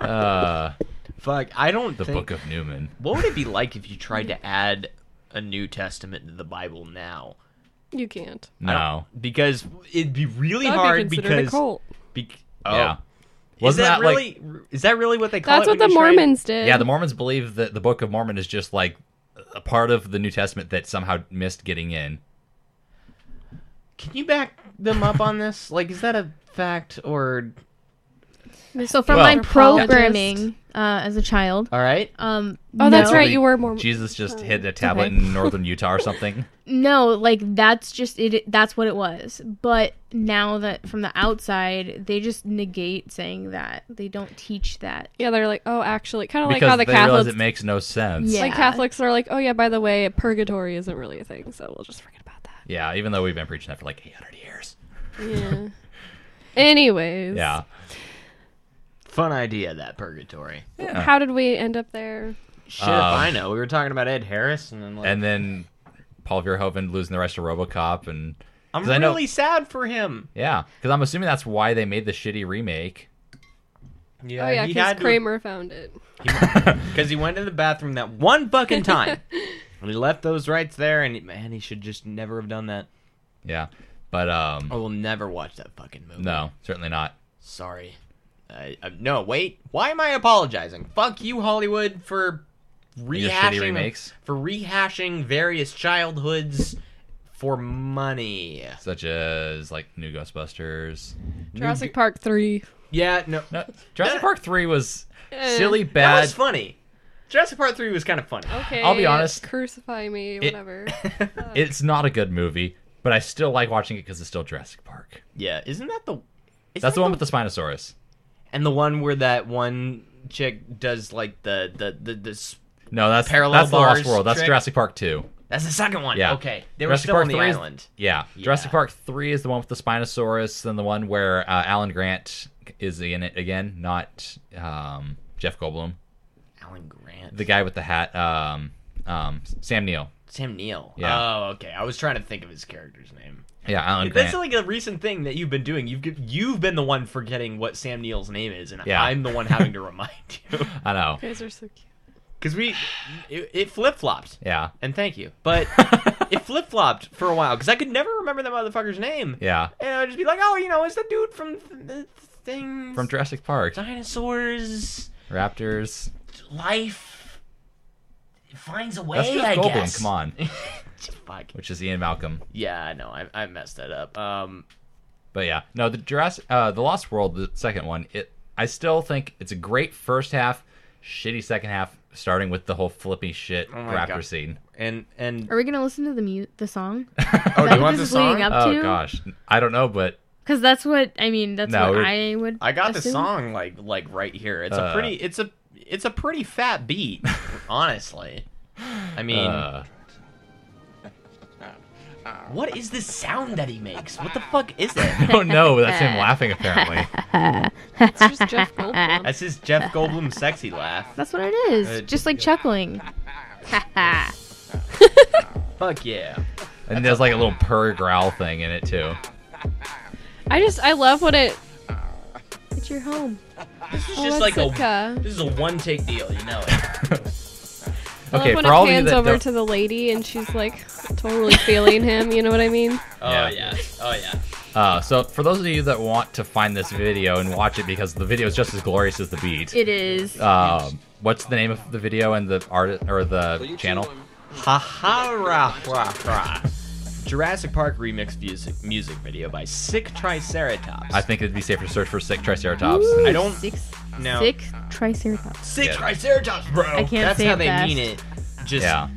D: Uh,
C: Fuck, I don't
D: the
C: think.
D: book of Newman.
C: What would it be like if you tried to add a New Testament to the Bible now?
F: You can't.
D: No.
C: Because it'd be really
F: That'd
C: hard
F: be considered
C: because
F: a cult.
C: Be- oh.
D: Yeah.
C: Is
D: Wasn't
C: that,
D: that, like-
C: really is that really what they call
F: That's
C: it?
F: what the
C: when you try to-
F: Mormons did.
D: Yeah, the Mormons believe that the Book of Mormon is just like a part of the New Testament that somehow missed getting in.
C: Can you back them up on this? Like, is that a fact or
E: So from
D: Well-
E: my programming, uh, as a child.
C: All right.
E: Um,
F: Oh, that's
E: no-
F: right. You were Oh. more.
D: Jesus just hit a tablet in northern Utah or something.
E: No, like that's just it. That's what it was. But now that from the outside, they just negate saying that. They don't teach that.
F: Yeah, they're like, oh, actually, kind of like
D: Because
F: how the
D: they realize
F: Catholics,
D: it makes no sense.
E: Yeah.
F: like Catholics, are like, oh yeah, by the way, purgatory isn't really a thing, so we'll just forget about that.
D: Yeah, even though we've been preaching that for like 800 years.
F: Yeah. Anyways.
D: Yeah.
C: Fun idea that purgatory.
F: How did we end up there?
C: Shit, if
D: Um,
C: I know. We were talking about Ed Harris, and then like,
D: And then Paul Verhoeven losing the rest of RoboCop and
C: I'm
D: 'cause I know-
C: really sad for him.
D: yeah, cuz I'm assuming that's why they made the shitty remake.
C: Yeah,
F: oh yeah,
C: he
F: because
C: had
F: Kramer found it.
C: because he went to the bathroom that one fucking time, and he left those rights there. And man, he should just never have done that.
D: Yeah. But um
C: I will never watch that fucking movie.
D: no, certainly not.
C: sorry. I, I, no, wait. Why am I apologizing? Fuck you, Hollywood, for
D: your
C: rehashing
D: shitty remakes?
C: for rehashing various childhoods for money.
D: Such as like New Ghostbusters.
F: Jurassic Park three.
C: Yeah, no,
D: No, Jurassic
C: No.
D: Park 3 was
F: Eh.
D: silly
C: that
D: bad.
C: was funny. Jurassic Part Three was kind of funny.
F: Okay.
D: I'll be honest.
F: Crucify me, whatever.
D: It's not a good movie, but I still like watching it cuz it's still Jurassic Park.
C: Yeah, isn't that the? Is
D: That's the one with the Spinosaurus.
C: and the one where that one chick does like the the the this.
D: No, that's
C: Parallel
D: that's the Lost
C: bars
D: World. That's
C: trick?
D: Jurassic Park 2.
C: That's the second one.
D: Yeah.
C: Okay, they were
D: Jurassic
C: still
D: Park
C: on the
D: 3 is-
C: island.
D: Yeah.
C: Yeah.
D: Jurassic Park 3 is the one with the Spinosaurus, and the one where uh, Alan Grant is in it again, not um, Jeff Goldblum.
C: Alan Grant,
D: The guy with the hat, um, um, Sam Neill.
C: Sam Neill.
D: Yeah.
C: Oh, okay. I was trying to think of his character's name.
D: Yeah, Alan Grant.
C: That's like a recent thing that you've been doing. You've g- you've been the one forgetting what Sam Neill's name is, and
D: Yeah.
C: I'm the one having to remind you
D: I know.
F: you guys are so cute.
C: because we it, it flip flopped.
D: Yeah.
C: And thank you, but it flip flopped for a while because I could never remember that motherfucker's name.
D: Yeah.
C: And I'd just be like, oh, you know, it's the dude from th- th- things
D: From Jurassic Park.
C: dinosaurs,
D: Raptors.
C: life. It finds a way.
D: That's Jeff
C: I
D: Goldblum,
C: guess.
D: come on.
C: Fuck.
D: Which is Ian Malcolm.
C: Yeah, I know. I, I messed that up. Um,
D: But yeah, no, the Jurassic, uh, the Lost World, the second one, it, I still think it's a great first half, shitty second half, starting with the whole flippy shit
C: Oh my
D: raptor
C: God.
D: scene.
C: and and
E: Are we gonna listen to the mu- the song?
C: oh,
E: that what this is leading up
D: Oh
E: to?
D: gosh, I don't know, but
E: Because that's what I mean. That's
D: No,
E: what
D: it-
E: I would.
C: I got the
E: assume.
C: song like like right here. It's
D: Uh.
C: a pretty it's a it's a pretty fat beat, honestly. I mean,
D: uh,
C: what is this sound that he makes? What the fuck is
D: I
C: that?
D: don't know. That's him laughing apparently.
F: It's just Jeff Goldblum.
C: That's his Jeff Goldblum sexy laugh.
E: That's what it is.
C: Uh,
E: Just like chuckling.
C: Fuck yeah.
D: And there's like a little purr growl thing in it too.
F: I just I love what it.
E: it's your home.
C: This is
F: Oh,
C: just like
F: that's Sitka.
C: a this is a one take deal, you know it.
F: I
D: Okay,
F: love when
D: for all
F: it
D: of you
F: pans
D: that
F: over
D: don't-
F: to the lady and she's like totally feeling him. You know what I mean?
C: Oh
D: Yeah.
C: yeah. Oh yeah.
D: Uh, so for those of you that want to find this video and watch it because the video is just as glorious as the beat.
E: It is.
D: Um, what's the name of the video and the art or the channel?
C: Ha ha ra ra ra. Jurassic Park remix music music video by Sick Triceratops.
D: I think it'd be safe to search for Sick Triceratops.
E: Ooh,
C: I don't-
E: Six,
C: No.
E: six triceratops.
C: Sick
D: Yeah.
C: Triceratops, bro.
E: I can't
C: That's
E: say
C: how
E: it
C: they
E: fast.
C: mean it. Just
D: Yeah,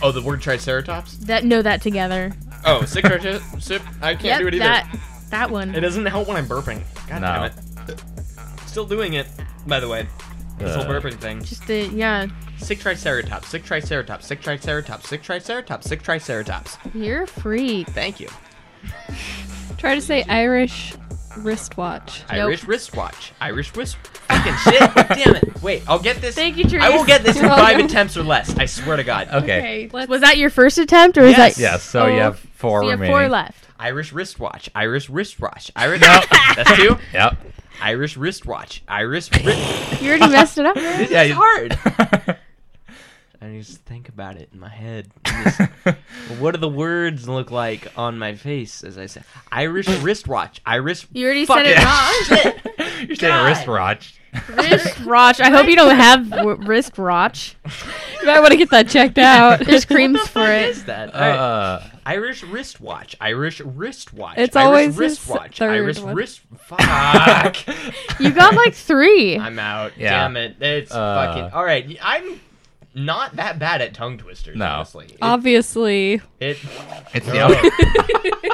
C: oh, the word Triceratops.
E: That no, that together.
C: Oh, sick Triceratops. I can't do it either.
E: that that one.
C: It doesn't help when I'm burping. God
D: No.
C: damn it. Still doing it, by the way. This
D: Uh.
C: whole burping thing.
E: Just the yeah.
C: Sick Triceratops. Sick Triceratops. Sick Triceratops. Sick Triceratops. Sick Triceratops.
E: You're a freak.
C: Thank you.
F: Try to say Irish wristwatch.
E: Nope.
C: Irish wristwatch. Irish wrist. Fucking shit. damn it. Wait, I'll get this.
E: Thank you, Therese.
C: I will get this in
F: You're
C: five
F: welcome.
C: attempts or less. I swear to God.
D: Okay.
E: Okay.
F: Let's-
E: Was that your first attempt, or was
C: Yes.
E: that
D: Yes. So you
E: Oh,
D: have four
E: so you have
D: remaining.
E: four left.
C: Irish wristwatch. Irish wristwatch. Irish. That's two.
D: Yep.
C: Irish wristwatch. Irish. Wrist-
E: You already messed it up.
C: this
D: Yeah,
C: is
D: you-
C: hard. I just think about it in my head. Just, what do the words look like on my face as I say Irish wristwatch? Irish.
E: You already
C: Fuck
E: said
C: it.
E: it
D: You're saying wristwatch.
E: wrong. wristwatch. I hope you don't have w- wristwatch.
F: You might want to get that checked out.
E: There's creams for
C: What
E: it.
C: is that? All right.
D: Uh,
C: Irish wristwatch. Irish wristwatch.
F: It's
C: Irish
F: always his
C: wristwatch.
F: third
C: Irish
F: one.
C: wrist. Fuck.
E: You got like three.
C: I'm out.
D: Yeah.
C: Damn it. It's
D: Uh.
C: fucking. All right. I'm not that bad at tongue twisters.
D: No.
C: Honestly. It-
F: Obviously,
C: it,
D: It's the,
C: no.
D: al-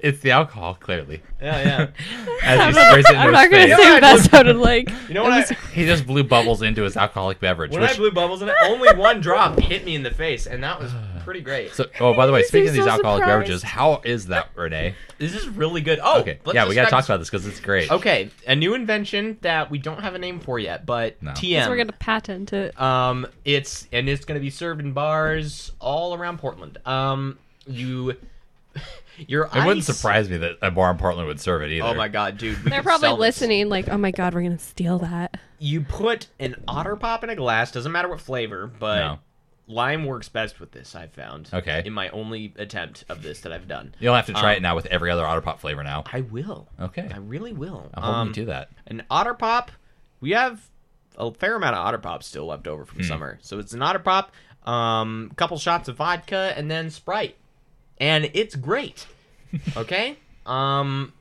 D: it's the alcohol, clearly.
C: yeah, yeah.
D: As he sprays it into
F: I'm
D: his
F: not gonna
D: face.
C: You know
F: say
C: what?
F: that sounded like.
C: You know what? I,
D: He just blew bubbles into his alcoholic beverage.
C: when I
D: Which,
C: blew bubbles in it, only one drop hit me in the face, and that was pretty great.
D: so, oh, by the way,
E: He's
D: speaking of
E: so
D: these alcoholic
E: surprised.
D: beverages, how is that, Renee?
C: This is really good. Oh,
D: okay,
C: let's
D: yeah, we gotta
C: just
D: talk
C: back-
D: about this because it's great.
C: Okay, a new invention that we don't have a name for yet, but
D: No.
C: TM.
F: We're gonna patent it.
C: Um, it's and it's gonna be served in bars all around Portland. Um, you, your
D: It wouldn't
C: ice-
D: surprise me that a bar in Portland would serve it either.
C: Oh my god, dude! we
F: They're
C: could
F: probably
C: sell this.
F: listening, like, "Oh my god, we're gonna steal that."
C: You put an otter pop in a glass. Doesn't matter what flavor, but
D: No.
C: lime works best with this. I've found.
D: Okay.
C: In my only attempt of this that I've done,
D: You'll have to try
C: Um,
D: it now with every other Otter Pop flavor now.
C: I will.
D: Okay.
C: I really will.
D: I'm hoping
C: Um,
D: you do that.
C: An otter pop. We have a fair amount of otter pops still left over
D: Hmm.
C: from summer, so it's an otter pop, um, couple shots of vodka, and then Sprite, and it's great. Okay. um,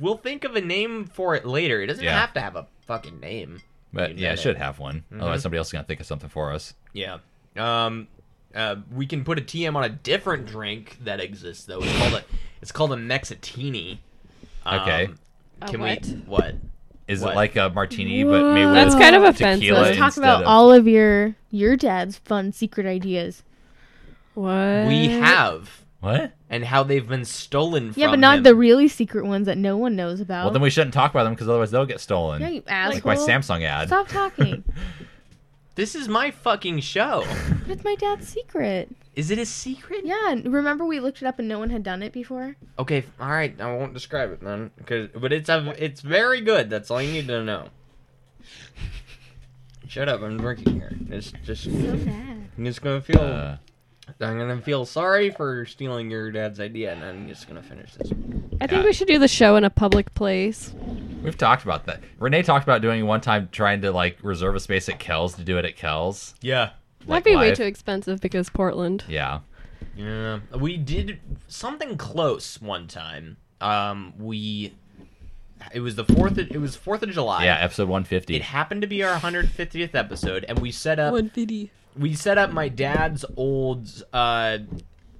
C: we'll think of a name for it later. It doesn't
D: Yeah.
C: have to have a fucking name.
D: But
C: You
D: yeah,
C: know
D: it
C: that.
D: should have one.
C: Mm-hmm.
D: Otherwise, somebody else is gonna think of something for us.
C: Yeah. Um, uh, we can put a TM on a different drink that exists though. It's called a it's called a Mexatini. Um,
D: Okay.
F: A
C: Can
F: what?
C: we what?
D: Is
C: What?
D: it like a martini, but maybe
C: Oh.
E: Whoa.
D: with
F: That's kind of
D: tequila
F: offensive.
E: Let's talk
D: instead
E: about
D: of-
E: all of your your dad's fun secret ideas.
F: What
C: We have
D: what?
C: and how they've been stolen from
E: Uh, Yeah, but not
C: him.
E: the really secret ones that no one knows about.
D: Well, then we shouldn't talk about them because otherwise they'll get stolen.
E: Oh. yeah, you
D: like
E: asshole.
D: my Samsung ad.
E: Stop talking.
C: This is my fucking show.
E: but it's my dad's secret.
C: Is it a secret?
E: Yeah, and remember we looked it up and no one had done it before?
C: Okay, f- all right. I won't describe it then, 'cause- but it's a, it's very good. That's all you need to know. Shut up! I'm drinking here. It's just
E: So bad.
C: I'm just gonna feel
D: Uh,
C: I'm gonna feel sorry for stealing your dad's idea, and I'm just gonna finish this.
F: I think we should do the show in a public place.
D: we've talked about that. Renee talked about doing it one time trying to like reserve a space at Kells to do it at Kells.
C: Yeah.
D: Like
F: That'd be way
D: live.
F: too expensive because Portland.
D: Yeah.
C: Yeah, we did something close one time. Um, we it was the fourth. It was Fourth of July.
D: Yeah, episode 150.
C: It happened to be our 150th episode, and we set up
F: One fifty.
C: we set up my dad's old uh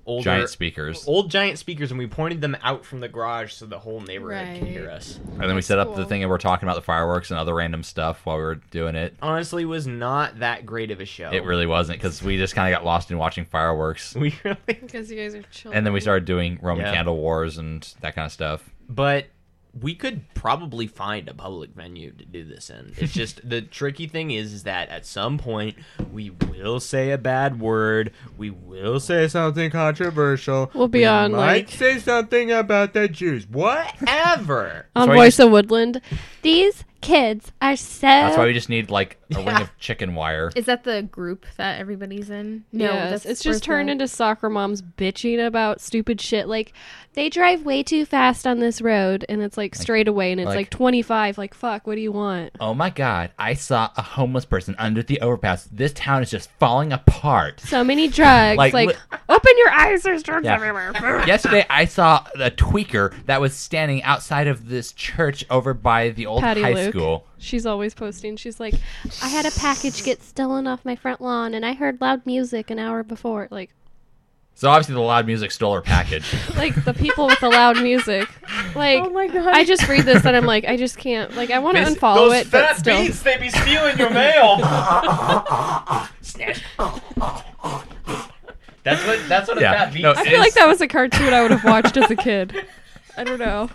C: older,
D: Giant speakers.
C: old giant speakers and we pointed them out from the garage so the whole neighborhood can
F: Right.
C: hear us
D: and then we set up the
E: cool.
D: thing and we're talking about the fireworks and other random stuff while we were doing it.
C: honestly was not that great of a show
D: It really wasn't because we just kind of got lost in watching fireworks.
C: we really
F: Because you guys are chilling.
D: And then we started doing Roman
C: Yeah.
D: candle wars and that kind of stuff.
C: but we could probably find a public venue to do this in it's just the tricky thing is, is that at some point we will say a bad word we will say something controversial
F: We'll be
C: we
F: on,
C: might
F: like-
C: say something about the jews whatever
F: on
D: why you
F: Voice
D: just-
F: of Woodland. These kids are so.
D: That's why we just need like a ring of chicken wire.
E: Is that the group that everybody's in? No,
F: yes,
E: that's
F: it's just
E: first
F: turned
E: night.
F: into soccer moms bitching about stupid shit. Like they drive way too fast on this road, and it's like straight away, and it's
D: like-
F: like, twenty five. Like fuck, what do you want?
D: Oh my god, I saw a homeless person under the overpass. This town is just falling apart.
F: So many drugs.
D: Like,
F: like
D: li-
F: open your eyes. There's drugs
D: Yeah.
F: everywhere.
D: Yesterday, I saw a tweaker that was standing outside of this church over by the old
F: Patty
D: high
F: Luke.
D: school.
F: She's always posting. She's like, I had a package get stolen off my front lawn, and I heard loud music an hour before. Like,
D: So obviously, the loud music stole her package.
F: like the people with the loud music. Like,
E: Oh my god.
F: I just read this and I'm like, I just can't. Like, I want to
C: Those-
F: unfollow
C: those
F: it, but
C: fat
F: still.
C: beats, they be stealing your mail. Snatch. That's what. That's what
D: Yeah.
C: a fat beat.
D: No,
C: is.
F: I feel like that was a cartoon I would have watched as a kid. I don't know.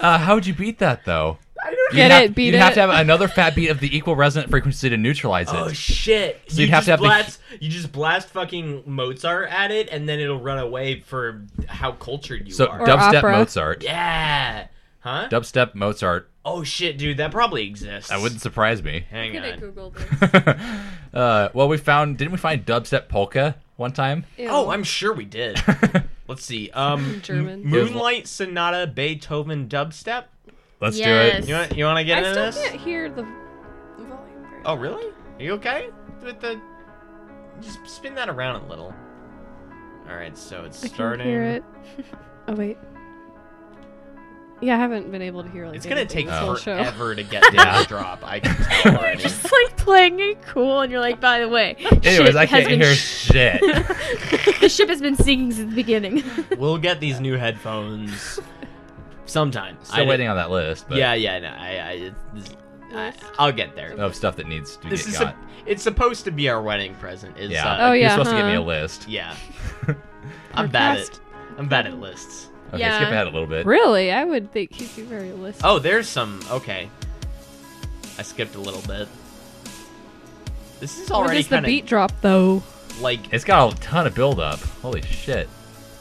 D: Uh, how would you beat that though? I don't
F: Get it, beat
D: You'd have
F: it.
D: to have another fat beat of the equal resonant frequency to neutralize it.
C: Oh shit!
D: So you'd
C: just
D: have to have the-
C: blast, you just blast fucking Mozart at it, and then it'll run away for how cultured you
D: so
C: are.
F: Or
D: dubstep
F: opera.
D: Mozart,
C: yeah. Huh?
D: dubstep Mozart.
C: oh shit, dude, that probably exists.
D: That wouldn't surprise me.
C: Hang on.
F: Google this?
D: uh, well, we found. Didn't we find dubstep polka one time?
C: Oh, I'm sure we did. Let's see. Um,
F: German.
C: Moonlight Sonata Beethoven dubstep.
D: Let's
E: Yes.
D: do
C: You want you want to get
F: I
C: into
F: still
C: this?
F: can't hear the the volume. very
C: Oh, really? Are you okay? With the, just spin that around a little. All right, so it's
F: I
C: starting.
F: can hear it. Oh wait. Yeah, I haven't been able to hear like.
C: It's gonna take
F: anything this whole show.
C: forever to get to
D: Yeah.
C: the drop. I can tell already.
E: Just like playing it cool, and you're like, by the way,
D: Anyways,
E: ship
D: I
E: has
D: can't
E: been
D: hear
E: sh-
D: shit.
E: the ship has been sinking since the beginning.
C: We'll get these new headphones sometime.
D: Still
C: I-
D: waiting on that list, but
C: Yeah, yeah, no, I, I, it's- I, I'll get there.
D: of stuff that needs to
C: This
D: get
C: is
D: got.
C: a, it's supposed to be our wedding present. Is
D: yeah.
C: uh,
F: Oh, yeah,
D: You're supposed to give me
F: huh.
D: a list.
C: yeah. I'm bad at
F: Forecast.
C: I'm bad at lists.
D: Okay,
E: Yeah.
D: skip ahead a little bit.
F: Really, I would think he'd be very listening.
C: Oh, there's some. Okay, I skipped a little bit. This is
F: Where
C: already
F: does the
C: kind
F: beat drop though?
C: of like
D: It's got a ton of buildup. Holy shit.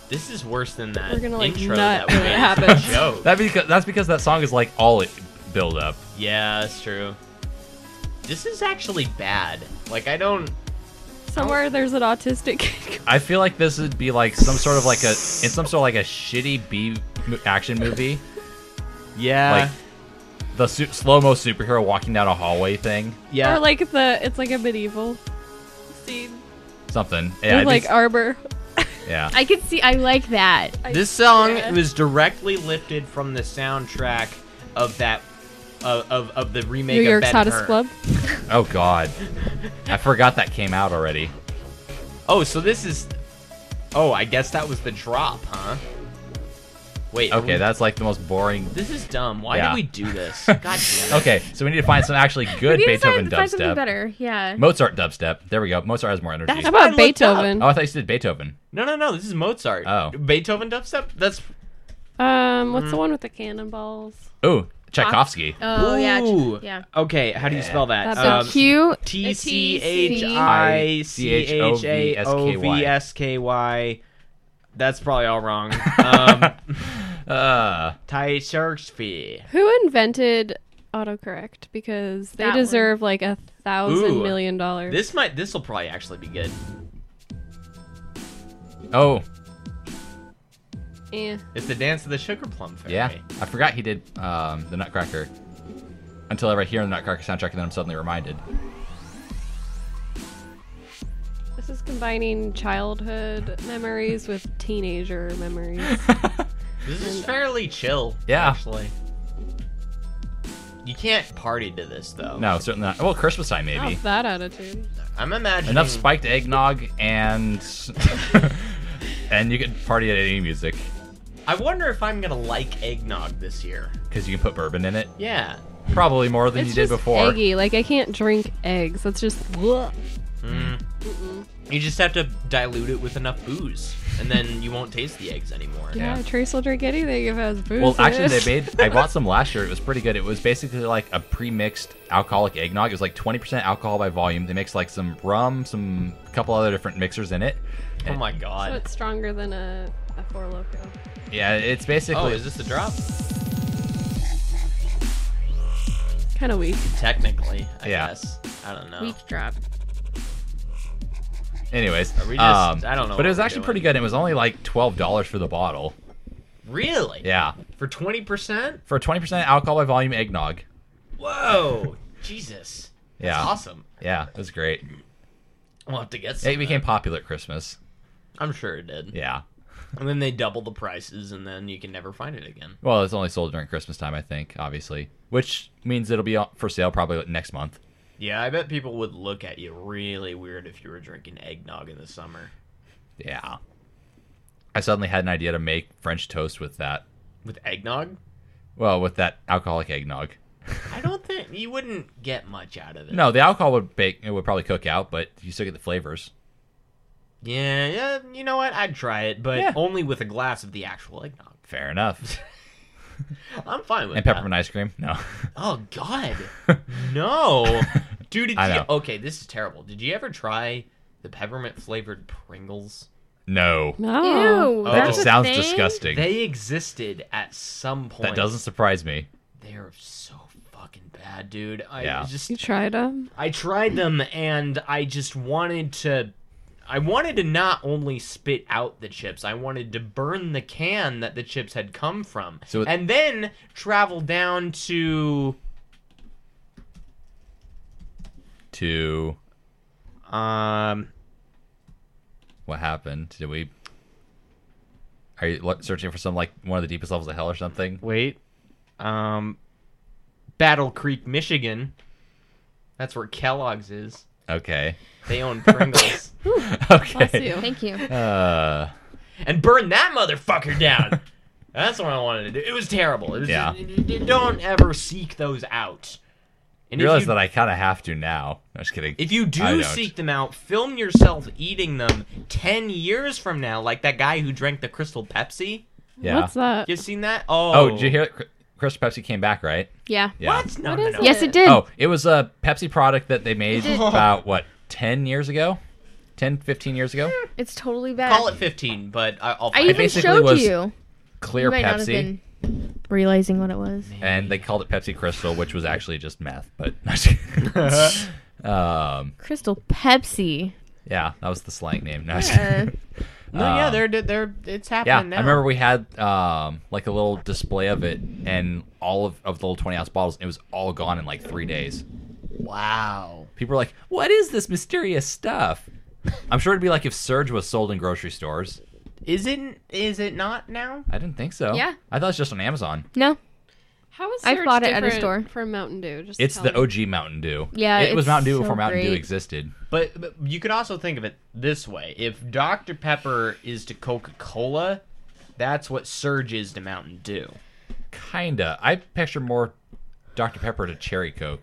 C: this is worse than that
F: We're gonna, like,
C: intro
F: nut
C: that we
F: when it
C: made for
F: happens.
C: the show.
D: That because that's because that song is like all it build up.
C: Yeah, that's true. This is actually bad. Like I don't. Oh.
F: Somewhere there's an autistic kid.
D: I feel like this would be like some sort of like a in some sort of like a shitty B mo- action movie,
C: Yeah.
D: like the su- slow mo superhero walking down a hallway thing,
C: yeah.
F: Or like the it's like a medieval scene
D: something.
F: with
D: Yeah, I
F: like
D: think-
F: arbor.
D: yeah.
E: uh, I could see. I like that.
C: this song
F: Yeah.
C: was directly lifted from the soundtrack of that of of, of the remake
F: New
C: of
F: York's
C: Ben
F: hottest
C: Hur.
F: club.
D: Oh god, I forgot that came out already.
C: Oh, so this is. Oh, I guess that was the drop, huh? Wait. are
D: Okay,
C: we-
D: that's like the most boring.
C: This is dumb. Why
D: Yeah.
C: did we do this? God damn it.
D: Okay, so we need to find some actually good
E: We need to
D: Beethoven
E: find, find something
D: dubstep.
E: better. Yeah.
D: Mozart dubstep. There we go. Mozart has more energy.
C: That's-
F: How
C: I
F: about
C: looked up.
F: Beethoven?
D: oh, I thought you said Beethoven.
C: No, no, no. This is Mozart.
D: Oh.
C: Beethoven dubstep. That's.
F: Um, what's
C: Mm-hmm.
F: the one with the cannonballs?
D: Ooh, Tchaikovsky.
E: Oh yeah.
C: Ooh.
E: ch- Yeah.
C: Okay. How do you spell that?
F: That's a
C: Um,
E: Q.
C: T C H I C H A O V S K Y. That's probably all wrong. Um,
D: Uh,
C: Ty Sharksby.
F: Who invented autocorrect? Because they
E: That one.
F: deserve like a thousand
C: Ooh.
F: million dollars.
C: This might. This will probably actually be good.
D: oh,
F: Eh.
C: It's the dance of the sugar plum fairy.
D: yeah. I forgot he did um, the Nutcracker. Until I right here on the Nutcracker soundtrack, and then I'm suddenly reminded.
F: This is combining childhood memories with teenager memories.
C: This is fairly chill.
D: Yeah.
C: Actually. You can't party to this though.
D: No, certainly not. Well, Christmas time
F: How's
E: Oh.
D: maybe.
F: that attitude?
C: I'm imagining.
D: Enough spiked eggnog and and you can party at any music
C: I wonder if I'm gonna like eggnog this year.
D: because you can put bourbon in it.
C: Yeah.
D: Probably more than
F: it's
D: you
F: just
D: did before.
F: eggy. Like I can't drink eggs. That's just. Bleh.
C: You just have to dilute it with enough booze, and then you won't taste the eggs anymore.
F: Yeah,
D: Yeah.
F: Trace will drink anything if it has booze.
D: Well,
F: in
D: actually,
F: it.
D: they made. I bought some last year. It was pretty good. It was basically like a pre-mixed alcoholic eggnog. It was like 20% alcohol by volume. They mixed like some rum, some a couple other different mixers in it.
C: Oh my
F: So
C: god.
F: it's stronger than a, a four loco.
D: Yeah, it's
C: Oh,
D: basically.
C: is this the drop?
F: Kind of weak.
C: Technically, I
D: Yeah.
C: guess. I don't know.
E: Weak drop.
D: anyways,
C: we just-
D: um,
C: I don't know
D: But
C: what
D: it was
C: we're
D: actually
C: doing.
D: pretty good. It was only like twelve dollars for the bottle.
C: Really?
D: Yeah,
C: For twenty percent?
D: for 20% alcohol by volume eggnog.
C: Whoa. Jesus.
D: Yeah,
C: That's awesome.
D: Yeah, it was great.
C: We'll have to get some.
D: It became popular at Christmas.
C: I'm sure it did.
D: Yeah.
C: And then they double the prices, and then you can never find it again.
D: Well, it's only sold during Christmas time, I think, obviously, which means it'll be on- for sale probably next month.
C: Yeah, I bet people would look at you really weird if you were drinking eggnog in the summer
D: Yeah. I suddenly had an idea to make French toast with that.
C: with eggnog.
D: Well, with that alcoholic eggnog.
C: I don't think you wouldn't get much out of it.
D: No, the alcohol would bake. It would probably cook out, but you still get the flavors.
C: Yeah, yeah. You know what? I'd try it, but
D: Yeah.
C: only with a glass of the actual eggnog.
D: Fair enough.
C: I'm fine with
D: and
C: that.
D: peppermint ice cream. No.
C: Oh God, no, dude. Did
D: I
C: you,
D: know.
C: okay, this is terrible. Did you ever try the peppermint flavored Pringles?
D: no.
F: No.
E: Ew.
D: That
C: Oh.
D: just
E: a
D: sounds
E: thing?
D: disgusting.
C: They existed at some point.
D: that doesn't surprise me.
C: They're so fucking bad, dude. I
D: Yeah.
C: just
F: You tried them?
C: I tried them and I just wanted to. I wanted to not only spit out the chips, I wanted to burn the can that the chips had come from.
D: So it-
C: and then travel down to.
D: To
C: Um, um,
D: what happened? Did we? Are you lo- searching for some like one of the deepest levels of hell or something?
C: Wait. Um Battle Creek, Michigan. That's where Kellogg's is.
D: Okay.
C: They own Pringles.
D: okay.
F: Bless you.
E: Thank you.
D: Uh,
C: and burn that motherfucker down. That's what I wanted to do. It was terrible. It was
D: Yeah.
C: don't ever seek those out. And
D: you
C: if
D: realize
C: you-
D: that I kind of have to now. No, just kidding.
C: If you
D: I
C: do
D: don't.
C: seek them out, film yourself eating them 10 years from now, like that guy who drank the Crystal Pepsi.
D: yeah.
F: What's that?
C: You seen that? Oh.
D: oh, did you hear? that Chris Pepsi came back, right?
E: Yeah.
D: Yeah.
C: What? No,
F: What
C: no,
F: is
C: no.
F: it?
E: Yes, it did.
D: Oh, it was a Pepsi product that they made
E: It did.
D: about what 10 years ago, 10, 15 years ago.
E: It's totally bad.
C: Call it 15, but I- I'll
E: I
C: find
E: even
C: it.
D: basically
E: showed
D: was
E: you.
D: Clear
E: You might not have
D: Pepsi,
E: been realizing what it was.
D: and they called it Pepsi Crystal, which was actually just meth. But um,
E: Crystal Pepsi.
D: yeah, that was the slang name. No,
E: Uh,
C: No, yeah, they're, they're, it's happening
D: yeah,
C: now.
D: I remember we had um, like a little display of it, and all of, of the little twenty ounce bottles. It was all gone in like three days.
C: Wow.
D: People were like, "What is this mysterious stuff?" I'm sure it'd be like if Surge was sold in grocery stores.
C: Is it, is it not now?
D: I didn't think so.
E: Yeah.
D: I thought it's just on Amazon.
E: no.
F: How is
E: I
F: Surge
E: bought it at a
F: different
E: store.
F: from Mountain Dew? Just
D: It's
F: tell
D: the
F: me.
D: OG Mountain Dew.
E: Yeah,
D: it was
E: it's
D: Mountain Dew
E: so
D: before Mountain Dew
E: great.
D: existed.
C: But, but you could also think of it this way: if Dr Pepper is to Coca Cola, that's what Surge is to Mountain Dew.
D: Kinda. I picture more Dr Pepper to Cherry Coke.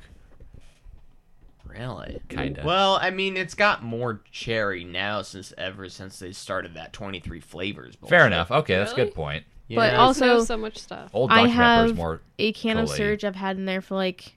C: Really?
D: Kinda.
C: Well, I mean, it's got more cherry now since ever since they started that twenty three flavors. Bullshit.
D: Fair enough. Okay, that's a
F: Really?
D: good point.
C: You
E: But
C: know?
E: also-
F: Also, so much stuff.
D: Old
E: I
D: Dr Pepper is
E: have
D: more.
E: a can of
D: Totally.
E: Surge I've had in there for like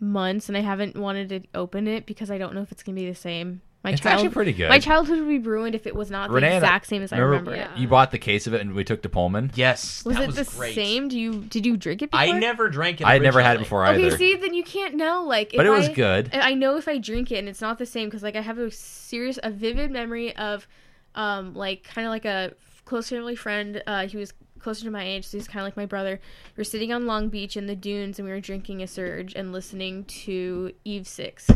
E: months, and I haven't wanted to open it because I don't know if it's gonna be the same. My
D: It's
E: child-
D: actually pretty good.
E: My childhood would be ruined if it was not the
D: Renee and I-
E: exact same as I remember it.
F: Yeah.
D: You bought the case of it and we took to Pullman.
C: yes,
E: Was
C: that
E: it
C: was
E: the
C: great.
E: same? Do you did you drink it? Before?
C: I never drank it.
D: I had never had it
C: originally.
D: before
E: Okay,
D: either.
E: see, then you can't know. Like, if
D: but it was
E: I-
D: good.
E: And I know if I drink it and it's not the same because like I have a serious, a vivid memory of, um, like kind of like a close family friend. Uh, he was closer to my age, so he's kind of like my brother. We were sitting on Long Beach in the dunes, and we were drinking a surge and listening to Eve Six.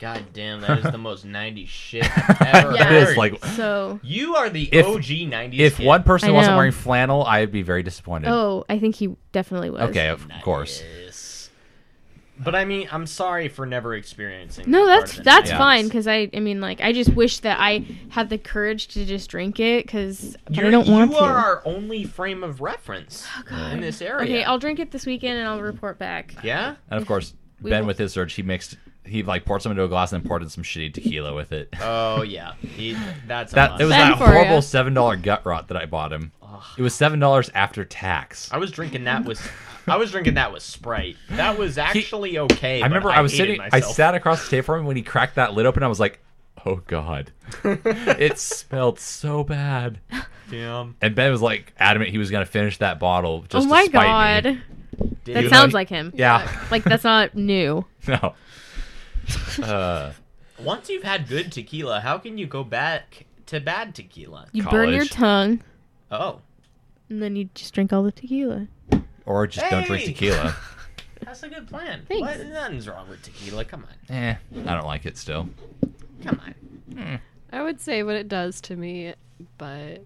C: God damn, that is the most '90s shit I've ever
E: Yeah.
D: It is
C: heard.
D: like
E: So,
C: you are the
D: If-
C: OG '90s.
D: if
C: kid.
D: one person
E: I
D: wasn't
E: know.
D: wearing flannel, I'd be very disappointed.
E: oh, I think he definitely was.
D: okay, of course.
C: Yes. But I mean, I'm sorry for never experiencing.
E: No,
C: that part
E: that's
C: of the
E: that's
C: 90s.
E: fine because I I mean like I just wish that I had the courage to just drink it because I
C: You're-
E: don't want
C: you
E: to. Oh,
C: are our only frame of reference in this area.
E: okay, I'll drink it this weekend and I'll report back.
C: yeah.
D: And of course,
E: We
D: Ben
E: will-
D: with his surge, he mixed, he like poured some into a glass and then poured in some shitty tequila with it.
C: Oh yeah. He- that's a
D: that
C: must.
D: it was
F: Ben
D: that
F: for ya.
D: horrible seven dollar gut rot that I bought him. It was seven dollars after tax.
C: I was drinking that with I was drinking that with Sprite. That was actually okay.
D: I
C: but
D: remember I, was
C: hated
D: sitting, I
C: myself.
D: sat across the table from him when he cracked that lid open. I was like, oh god, it smelled so bad.
C: Damn.
D: And Ben was like adamant he was gonna finish that bottle just
E: oh
D: to
E: my
D: spite
E: god,
D: me.
C: Did
E: that
C: you-
E: sounds like him.
D: Yeah,
E: like that's not new.
D: no. Uh,
C: Once you've had good tequila, how can you go back to bad tequila?
E: You burn your
D: College.
E: tongue
C: Oh,
E: and then you just drink all the tequila.
D: or just don't drink
C: Hey!
D: tequila.
C: that's a good plan.
E: Thanks.
C: What- Nothing's wrong with tequila. Come on,
D: eh, I don't like it still.
C: come on.
F: I would say what it does to me, but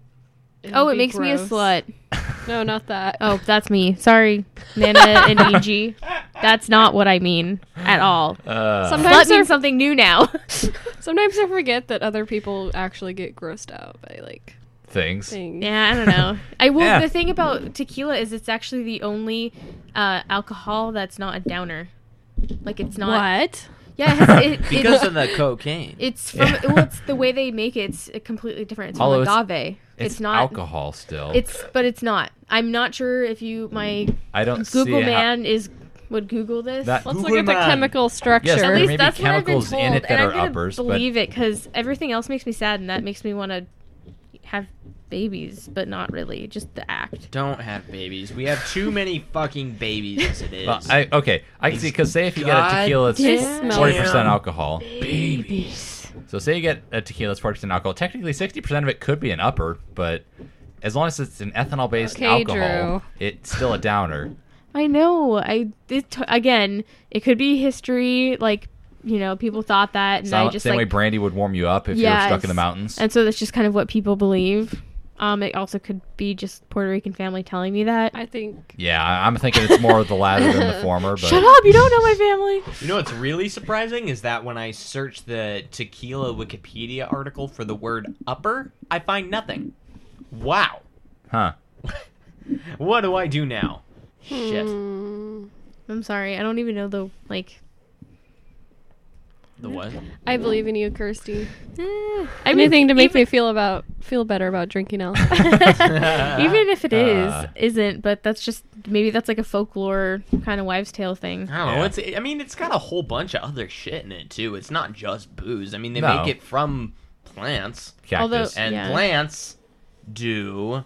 F: it'd
E: Oh, it
F: be
E: makes me a
F: gross.
E: slut.
F: No, not that.
E: Oh, that's me. Sorry, Nana and EG. That's not what I mean at all.
D: Uh,
F: sometimes
E: Slut
F: I,
E: means something new now.
F: sometimes I forget that other people actually get grossed out by like
D: things.
F: things.
E: yeah, I don't know. I will.
D: Yeah.
E: The thing about tequila is it's actually the only uh, alcohol that's not a downer. Like it's not.
F: What?
E: Yeah, it has, it, it-
C: Because of the cocaine.
E: It's from
D: Yeah.
E: well, it's the way they make it. It's completely different. It's from
D: Although it's-
E: agave.
D: It's,
E: It's, not
D: alcohol still.
E: It's but it's not. I'm not sure if you my
D: I don't see
E: Google
D: how-
E: man is would Google this.
D: That-
F: Let's
C: Google
F: look at the
C: man.
F: chemical structure.
D: Yes,
E: At
D: there
E: least
D: may be
E: that's what I've been
D: chemicals
E: told,
D: in it that
E: and I'm
D: are
E: gonna
D: uppers, but-
E: believe it because everything else makes me sad, and that makes me want to have babies, but not really. Just the act.
C: Don't have babies. We have too many fucking babies as it is.
D: Well, I, okay, I can see because say if you get a tequila
E: God
D: that's
E: damn.
D: forty percent alcohol.
E: Babies.
D: So say you get a tequila that's forty percent alcohol. Technically, sixty percent of it could be an upper, but as long as it's an ethanol-based
F: Okay,
D: alcohol, it's still a downer.
E: I know. I it, again, it could be history. Like you know, people thought that, and
D: Same,
E: I just
D: same way
E: like,
D: brandy would warm you up if you were
E: Yeah,
D: stuck in the
E: it's-
D: mountains.
E: and so that's just kind of what people believe. Um, it also could be just Puerto Rican family telling me that.
F: I think
D: Yeah, I- I'm thinking it's more of the latter than the former. But
E: Shut up! You don't know my family.
C: You know what's really surprising is that when I search the tequila Wikipedia article for the word upper, I find nothing. Wow.
D: Huh?
C: What do I do now? Shit.
E: I'm sorry. I don't even know the like.
C: The what?
F: I believe in you, Kirsty.
E: I mean,
F: Anything to make
E: even,
F: me feel about feel better about drinking alcohol.
E: even if it is,
D: Uh.
E: isn't. But that's just maybe that's like a folklore kind of wives' tale thing.
C: I don't know.
D: Yeah.
C: It's. I mean, it's got a whole bunch of other shit in it too. It's not just booze. I mean, they
D: No.
C: make it from plants,
D: Cactus.
E: Although-
C: and
E: Yeah.
C: plants do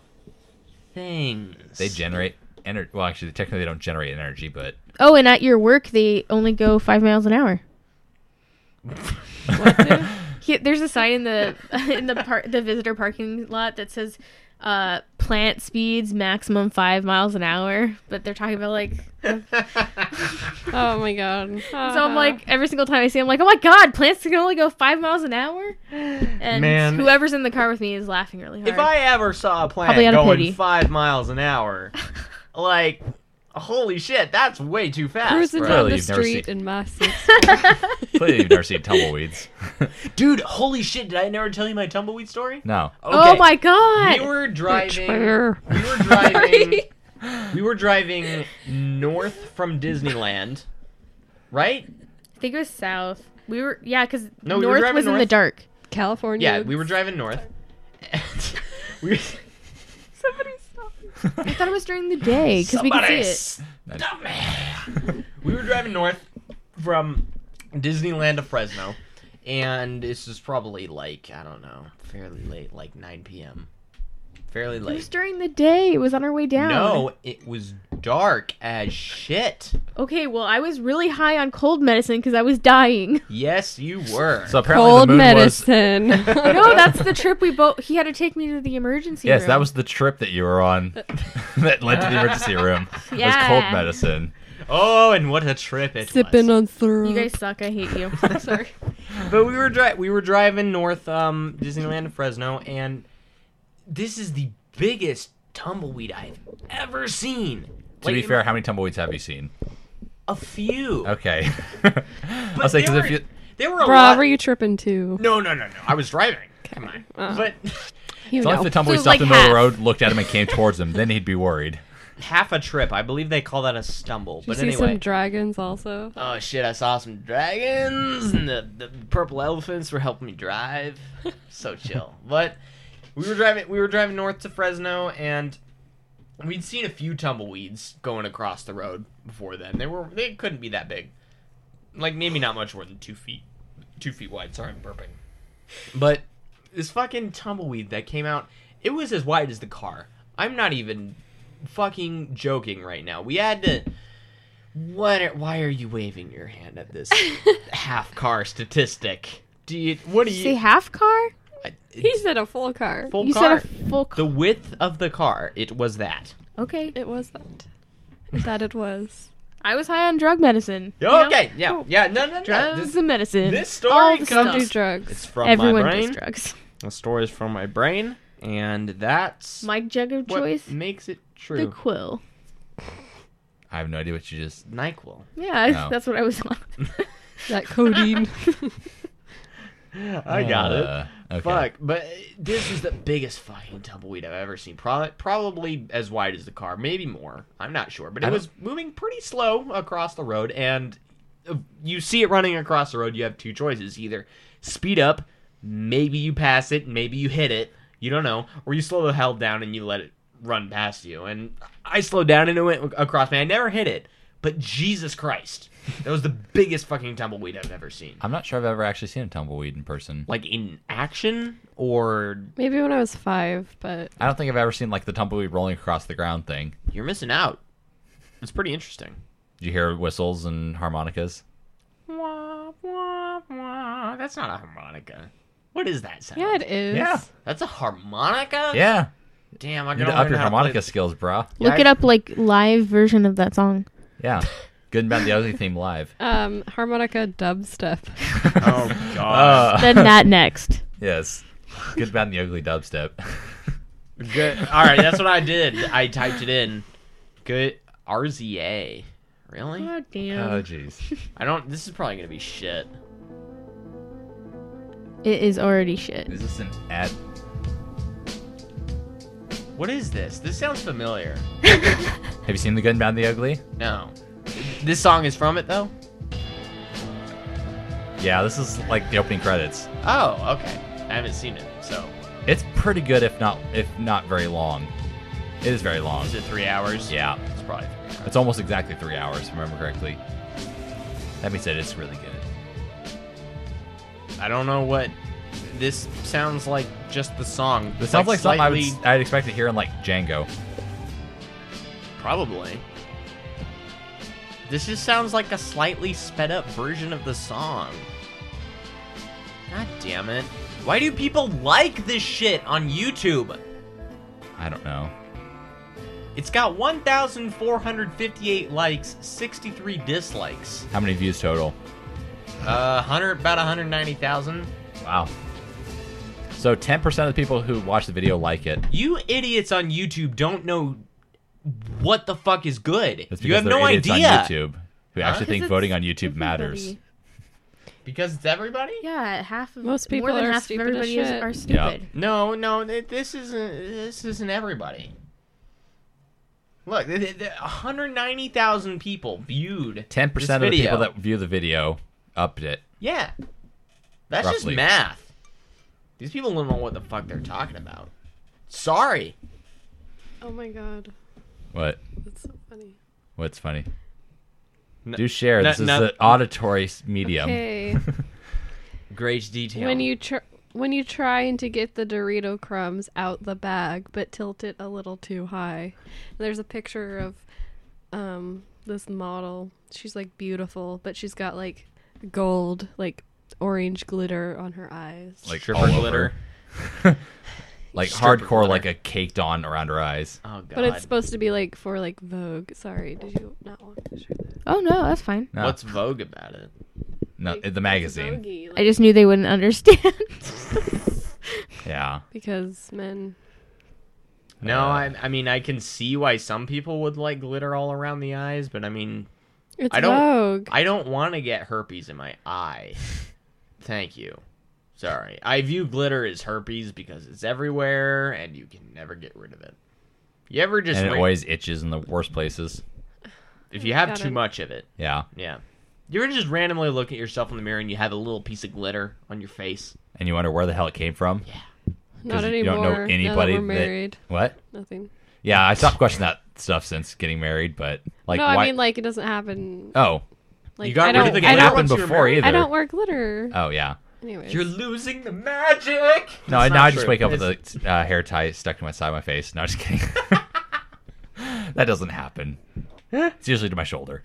C: things.
D: they generate energy. Well, actually, technically they don't generate energy, but
E: Oh, and at your work, they only go five miles an hour. He, there's a sign in the in the par- the visitor parking lot that says uh, "plant speeds maximum five miles an hour," but they're talking about like.
F: oh my god.
E: So I'm like every single time I see, them, I'm like, "Oh my god, plants can only go five miles an hour," and
C: Man.
E: whoever's in the car with me is laughing really hard.
C: If I ever saw a plant
E: Probably out of
C: going
E: pity.
C: five miles an hour, like, holy shit, that's way too fast.
F: cruising
C: bro.
F: down
D: Clearly
F: the
D: you've never
F: street
D: seen-
F: in Massachusetts.
D: clearly you've never seen tumbleweeds.
C: Dude, holy shit, did I never tell you my tumbleweed story?
D: no.
E: Oh
C: Okay.
E: my god!
C: We were driving. We were driving. we were driving north from Disneyland, right?
E: I think it was south. We were yeah, because
C: No, we were
E: north
C: driving
E: was in the
C: north.
E: dark.
F: California.
C: Yeah, we were driving north. And we,
E: Somebody stop! I thought it was during the day because we could see
C: somebody
E: it.
C: stop me. we were driving north from Disneyland to Fresno, and this is probably like I don't know, fairly late, like 9 p.m. Fairly
E: It was
C: late.
E: during the day. It was on our way down.
C: No, it was dark as shit.
E: Okay, well, I was really high on cold medicine because I was dying.
C: Yes, you were.
D: So apparently
F: Cold
D: the moon was.
F: medicine.
E: no, that's the trip we both. He had to take me to the emergency
D: Yes,
E: room.
D: that was the trip that you were on that led to the emergency room. It was cold
E: Yeah.
D: medicine.
C: Oh, and what a trip it
F: Sipping
C: was.
F: on syrup.
E: You guys suck. I hate you. Sorry.
C: but we were dri- we were driving north um Disneyland to Fresno and this is the biggest tumbleweed I've ever seen.
D: To be fair, how many tumbleweeds have you seen?
C: a few.
D: Okay. I was like, 'cause
C: there,
D: if
C: were,
D: you,
C: there were a
F: Bro,
C: lot.
F: were you tripping too?
C: no, no, no, no. I was driving. Come on.
F: Uh-huh.
C: But
F: You
D: as long as
F: know.
D: the tumbleweed
E: So,
D: stopped
E: like,
D: in the middle of the
E: half.
D: road, looked at him, and came towards him, then he'd be worried.
C: half a trip. I believe they call that a stumble.
F: You
C: but
F: see
C: anyway.
F: some dragons also.
C: oh shit, I saw some dragons and the, the purple elephants were helping me drive. so chill. But we were driving we were driving north to Fresno and we'd seen a few tumbleweeds going across the road before then. They were they couldn't be that big. Like maybe not much more than two feet. Two feet wide, sorry I'm burping. But this fucking tumbleweed that came out, it was as wide as the car. I'm not even fucking joking right now. We had to what are, why are you waving your hand at this half car statistic? Do you what do you
E: Say half car?
C: I-
F: He's in a full car.
C: full
E: you
C: car.
E: said a full car.
C: The width of the car, it was that.
E: okay.
F: It was that. That it was.
E: I was high on drug medicine. you know? Oh.
C: Okay, yeah, yeah, no, no, no.
E: Drugs
C: This,
E: and medicine.
C: this story
E: All the
C: comes-
F: Don't do
E: stuff.
C: it's
F: drugs.
C: from
E: Everyone
C: my
E: does
C: brain.
E: drugs.
C: The story is from my brain, and that's
E: Mike jug of
C: what
E: choice.
C: makes it
E: The
C: true.
E: quill.
D: I have no idea what you just.
C: Nyquil.
E: Yeah,
D: No.
E: that's what I was on.
F: That codeine.
C: I got it.
D: Uh, okay.
C: Fuck, but this is the biggest fucking tumbleweed I've ever seen. Probably, probably as wide as the car, maybe more. I'm not sure, but
D: I
C: it
D: don't-
C: was moving pretty slow across the road, and uh, you see it running across the road. You have two choices: either speed up, maybe you pass it, maybe you hit it, you don't know, or you slow the hell down and you let it run past you. And I slowed down and it went across me. I never hit it, but Jesus Christ, that was the biggest fucking tumbleweed I've ever seen.
D: I'm not sure I've ever actually seen a tumbleweed in person.
C: Like in action or
F: Maybe when I was five, but
D: I don't think I've ever seen like the tumbleweed rolling across the ground thing.
C: you're missing out. It's pretty interesting.
D: Did you hear whistles and harmonicas?
C: That's not a harmonica. What is that sound?
F: yeah, it is.
D: Yeah.
C: That's a harmonica.
D: Yeah.
C: Damn, I
D: You need
C: gotta
D: to up
C: learn how
D: your
C: to play
D: harmonica
C: this.
D: skills, brah.
E: Look it up, like live version of that song.
D: Yeah. Good and bad the ugly theme live.
F: Um, harmonica dubstep.
C: Oh god.
D: Uh,
E: Then that next.
D: yes. Good, bad, and the ugly dubstep.
C: Good. All right, that's what I did. I typed it in. Good RZA. Really?
E: Oh damn!
D: Oh jeez.
C: I don't. This is probably gonna be shit.
E: it is already shit.
D: Is this an ad?
C: What is this? This sounds familiar.
D: Have you seen the Good and Bad and the Ugly?
C: No. This song is from it though.
D: Yeah, this is like the opening credits.
C: Oh, okay. I haven't seen it. So
D: It's pretty good, if not if not very long. It is very long.
C: is it three hours?
D: Yeah,
C: It's probably three hours.
D: it's almost exactly three hours, if I remember correctly. That being said, it's really good.
C: I don't know what. This sounds like just the song.
D: This sounds like, something I would,
C: slightly-
D: I'd expect to hear in like Django.
C: Probably. This just sounds like a slightly sped up version of the song. God damn it. Why do people like this shit on YouTube?
D: I don't know.
C: It's got 1,458 likes, 63 dislikes.
D: How many views total?
C: Uh, 100, about 190,000.
D: Wow. So 10% of the people who watch the video like it.
C: You idiots on YouTube don't know what the fuck is good.
D: That's because
C: you have
D: they're
C: no
D: idiots
C: idea.
D: on YouTube who actually
E: Because
D: think
E: it's
D: voting on YouTube
E: everybody.
D: matters.
C: Because it's everybody?
E: Yeah, half of
F: Most people
E: more than
F: are
E: half of
F: stupid as
E: everybody is,
F: shit.
E: are stupid.
C: No, no, th- this isn't. This isn't everybody. Look, th- th- th- 190,000 people viewed
D: 10%
C: this
D: of the
C: video.
D: people that view the video upped it.
C: Yeah, that's just
D: Roughly.
C: math. These people don't know what the fuck they're talking about. Sorry.
F: Oh my god,
D: What?
F: that's so funny.
D: What's funny?
C: No-
D: Do share.
C: no-
D: this is
C: no-
D: an auditory s- medium.
F: Okay,
C: Great detail.
F: when you tr- when you trying to get the Dorito crumbs out the bag, but tilt it a little too high. And there's a picture of um this model. She's like beautiful, but she's got like gold, like orange glitter on her eyes.
D: Like
C: Stripper
D: all over.
C: glitter.
D: Like
C: Stripper
D: hardcore,
C: glitter.
D: like a caked on around her eyes.
C: oh god.
F: but it's supposed to be like for like Vogue. Sorry, did you not want to show that?
E: Oh no, that's fine.
D: No,
C: What's Vogue about it?
D: no,
F: like,
D: Uh, the magazine.
F: Vogue-y,
E: I
F: like,
E: just knew they wouldn't understand.
D: Yeah.
F: because men.
C: No,
D: Uh,
C: I, I mean I can see why some people would like glitter all around the eyes, but I mean
F: It's
C: I don't-
F: Vogue.
C: I don't want to get herpes in my eye. Thank you. Sorry. I view glitter as herpes because it's everywhere and you can never get rid of it. You ever just
D: and it
C: wait-
D: always itches in the worst places.
C: if you have
F: Got
C: too
F: it.
C: much of it.
D: Yeah.
C: Yeah. You ever just randomly look at yourself in the mirror and you have a little piece of glitter on your face?
D: And you wonder where the hell it came from.
F: Not
D: 'Cause
F: anymore.
D: you don't know
F: now that
D: anybody
F: we're
D: that-
F: married.
D: What?
F: Nothing.
D: Yeah, I stopped questioning that stuff since getting married, but like
F: no,
D: why
F: I mean like it doesn't happen.
D: Oh,
F: Like
C: you got
F: I
C: rid
F: don't.
C: of the
F: I
C: glitter
F: don't.
D: happened
C: once you're
D: before
C: married?
D: either.
F: I don't wear glitter.
D: Oh yeah.
F: Anyways,
C: You're losing the magic.
D: No,
C: That's
D: I, now
C: not
D: I just
C: true.
D: wake up with
C: It's-
D: a uh, hair tie stuck to my side of my face. No, just kidding. that doesn't happen. It's usually to my shoulder.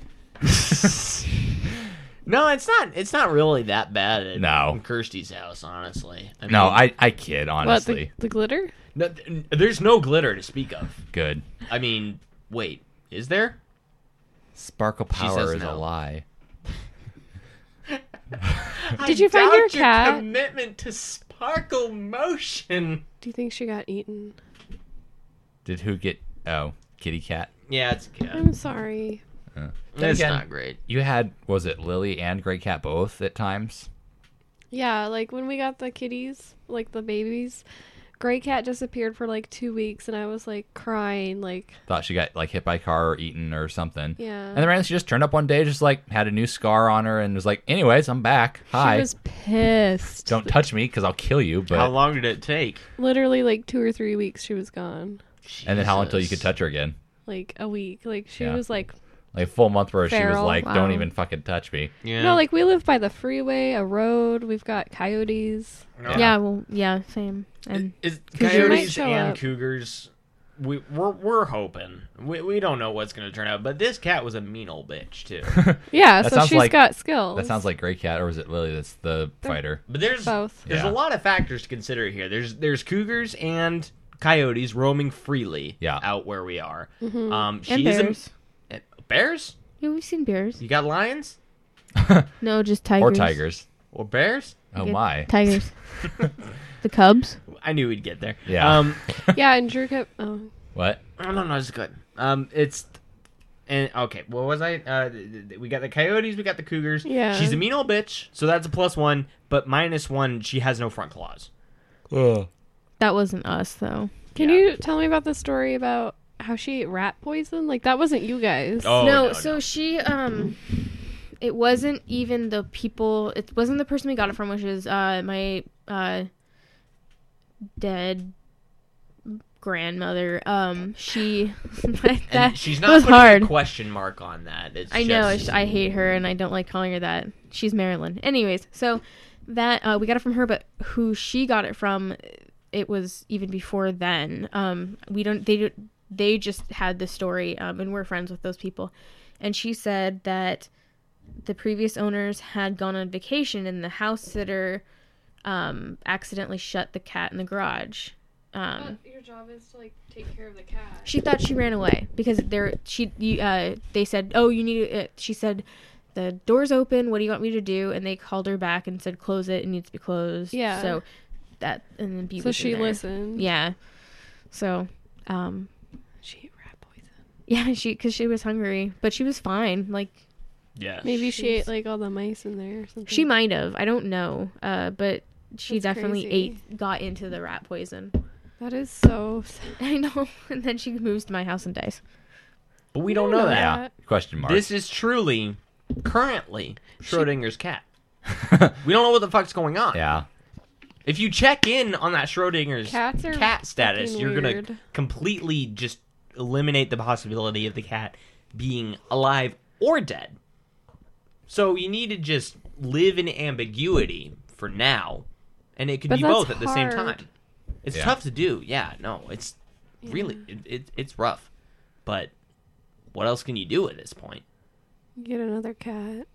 C: No, it's not it's not really that bad at
D: No.
C: in Kirsty's house, honestly. I
D: No,
C: mean,
D: I, I kid
F: what
D: honestly.
F: the, the glitter?
C: no, th- there's no glitter to speak of.
D: Good.
C: I mean, wait, is there?
D: Sparkle
C: says
D: power is a
C: no.
D: lie.
F: Did you find
C: doubt
F: your cat?
C: commitment to sparkle motion.
F: Do you think she got eaten?
D: Did who get? Oh, kitty cat.
C: Yeah, it's good.
F: I'm sorry.
C: It's
D: Again.
C: not great.
D: You had was it Lily and Grey Cat both at times?
F: Yeah, like when we got the kitties, like the babies, Gray Cat disappeared for like two weeks, and I was like crying. Like,
D: Thought she got like hit by a car or eaten or something.
F: yeah,
D: And then randomly she just turned up one day, just like had a new scar on her, and was like, "Anyways, I'm back. Hi,
F: she was pissed.
D: don't touch me because I'll kill you." But
C: How long did it take?
F: Literally, like two or three weeks, she was gone.
D: and then how long until you could
C: Jesus.
D: touch her again?
F: Like a week. Like she
D: Yeah.
F: was like,
D: Like a full month where she was
F: Feral,
D: like,
F: wow.
D: "Don't even fucking touch me."
C: Yeah.
F: no, like we live by the freeway, a road. We've got coyotes.
C: No.
E: yeah, well, yeah, same. And
C: Is,
F: you might
C: coyotes
F: show
C: and
F: up.
C: cougars. We, we're, we're hoping. We, we don't know what's going to turn out, but this cat was a mean old bitch, too.
F: Yeah,
D: That
F: so
D: sounds
F: she's
D: like-
F: got skills.
D: That sounds like Grey Cat, or was it Lily? That's the fighter.
C: But there's
F: Both.
C: there's
D: Yeah.
C: a lot of factors to consider here. There's there's cougars and coyotes roaming freely
D: Yeah.
C: out where we are.
F: Mm-hmm.
C: Um, she
E: and
C: is a-
E: bears.
C: eh, bears?
E: Yeah, we've seen bears.
C: You got lions?
E: No, just tigers.
D: Or tigers.
C: Or bears?
D: Oh
E: Yeah,
D: my!
E: Tigers. the cubs.
C: I- I knew we'd get there.
D: Yeah.
C: Um,
F: yeah, and Drew kept. Oh,
D: What?
C: no, no, no, it's good. Um, it's and okay. What was I? Uh, th- th- we got the coyotes. We got the cougars.
F: Yeah.
C: She's a mean old bitch. So that's a plus one. But minus one, she has no front claws.
E: That wasn't us though.
F: can
C: Yeah.
F: you tell me about the story about how she ate rat poison? Like that wasn't you guys.
C: Oh
E: no, so she um it wasn't even the people it wasn't the person we got it from, which is uh my uh dead grandmother. Um she
C: and
E: that
C: she's not
E: was
C: putting
E: hard.
C: a question mark on that. It's
E: I
C: just,
E: know. it's- I hate her, and I don't like calling her that. She's Marilyn. Anyways, so that uh, we got it from her, but who she got it from, it was even before then. Um, we don't. They don't- they just had the story, um, and we're friends with those people. And she said that the previous owners had gone on vacation, and the house sitter um, accidentally shut the cat in the garage. Um,
F: Your job is to like take care of the cat.
E: she thought she ran away because there she you, uh they said oh you need to, uh, she said the door's open what do you want me to do and they called her back and said close it it needs to be closed
F: Yeah.
E: so that and then B
F: So
E: was in
F: she
E: there.
F: listened.
E: yeah so um
F: She ate rat poison.
E: yeah she because she was hungry but she was fine like
C: yeah.
F: Maybe she ate like all the mice in there or something.
E: she might have I don't know uh but she
F: Mm. That's
E: definitely
F: crazy.
E: ate got into the rat poison
F: That is so. Sad.
E: I know and then she moves to my house and dies
C: But we don't know that.
D: Yeah. Question mark.
C: This is truly, currently, Schrodinger's cat. We don't know what the fuck's going on.
D: yeah.
C: If you check in on that Schrodinger's
F: Cats are
C: cat status,
F: fucking
C: you're going to
F: weird.
C: completely just eliminate the possibility of the cat being alive or dead. So you need to just live in ambiguity for now, and it could
F: But
C: be
F: that's
C: both at the same
F: hard.
C: time. It's
D: Yeah.
C: tough to do. Yeah, no, it's really it, it, it's rough. But what else can you do at this point?
F: Get another cat.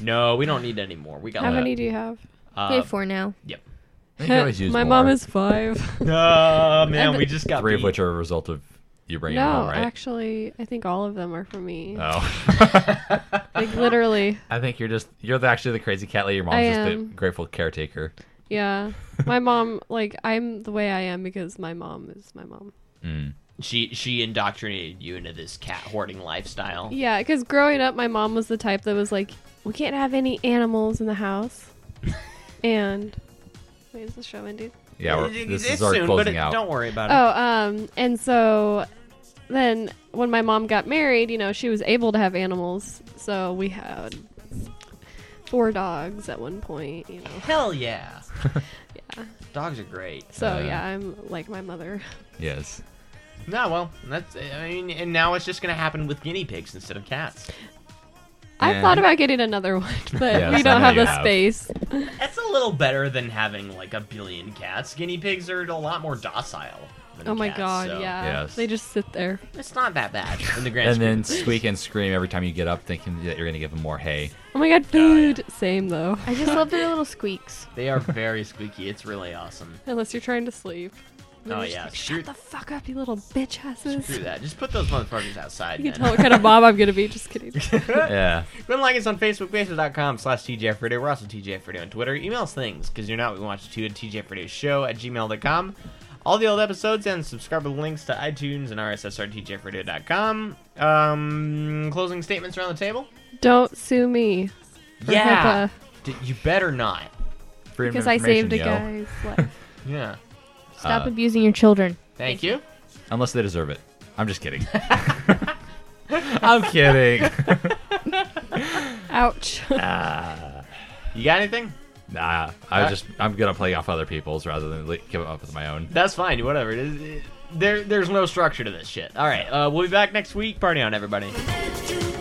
C: No, we don't need any more. We got
F: How
C: that.
F: many do you have?
C: Uh,
E: we have four now
C: Yep.
D: I think you always use
F: My
D: more.
F: mom is five.
C: No, Ah, man, we just got
D: three of
C: beat.
D: which are a result of you bringing
F: no,
D: them home, right?
F: actually, I think all of them are for me.
D: Oh.
F: Like literally,
D: I think you're just you're the, actually the crazy cat lady. Your mom's
F: I
D: just
F: am.
D: the grateful caretaker.
F: yeah. My mom, like, I'm the way I am because my mom is my mom.
C: She she indoctrinated you into this cat hoarding lifestyle.
F: Yeah, because growing up, my mom was the type that was like, we can't have any animals in the house. and wait, is the show ending?
D: Yeah, we're,
C: It-
D: this
C: it's
D: is our
C: soon, but
D: closing
C: it-
D: out.
C: Don't worry about
F: Oh, um, and so then when my mom got married, you know, she was able to have animals, so we had four dogs at one point, you know.
C: it. Hell yeah. Dogs are great.
F: So
D: Uh.
F: yeah, I'm like my mother.
D: Yes.
C: No, well, that's I mean, and now it's just gonna happen with guinea pigs instead of cats.
F: I
D: And-
F: thought about getting another one, but
D: Yes, I
F: we don't
D: know
F: have
D: you
F: the
D: have.
F: space.
C: That's a little better than having like a billion cats. Guinea pigs are a lot more docile. Than
F: Oh my
C: cats,
F: god,
C: so
F: yeah.
D: Yes.
F: They just sit there.
C: It's not that bad in the grand
D: And
C: scheme
D: then
C: of things.
D: squeak and scream every time you get up, thinking that you're gonna give them more hay.
F: Oh my god, food. Same though.
E: I just love their little squeaks
C: They are very squeaky. It's really awesome.
F: Unless you're trying to sleep. And
C: Oh,
F: you're just
C: yeah,
F: like,
C: screw-
F: Shut the fuck up, you little bitch
C: Screw
F: asses.
C: that. Just put those motherfuckers outside.
F: You
C: man.
F: can tell what kind of mom I'm gonna be. Just kidding.
D: yeah.
C: Then like us on Facebook, facebook.com slash TJFRadio. We're also TJFRadio on Twitter. Email us things, because you're not what we want you to, at TJFRadioShow at gmail.com. All the old episodes and subscriber links to iTunes and RSSRTJFRadio.com. Um, closing statements around the table?
F: Don't sue me. for HIPAA.
C: D- you better not.
D: Freedom of
F: Because I
D: information,
F: saved a
D: yo.
F: guy's life.
C: Yeah.
E: stop abusing your children
C: Thank you.
D: Unless they deserve it. I'm just kidding. I'm kidding.
F: Ouch.
C: You got anything?
D: nah, I was just I'm gonna play off other people's rather than like, give up with my own.
C: That's fine. Whatever. It is, it- there, there's no structure to this shit. All right. Uh, we'll be back next week. Party on, everybody.
G: Let you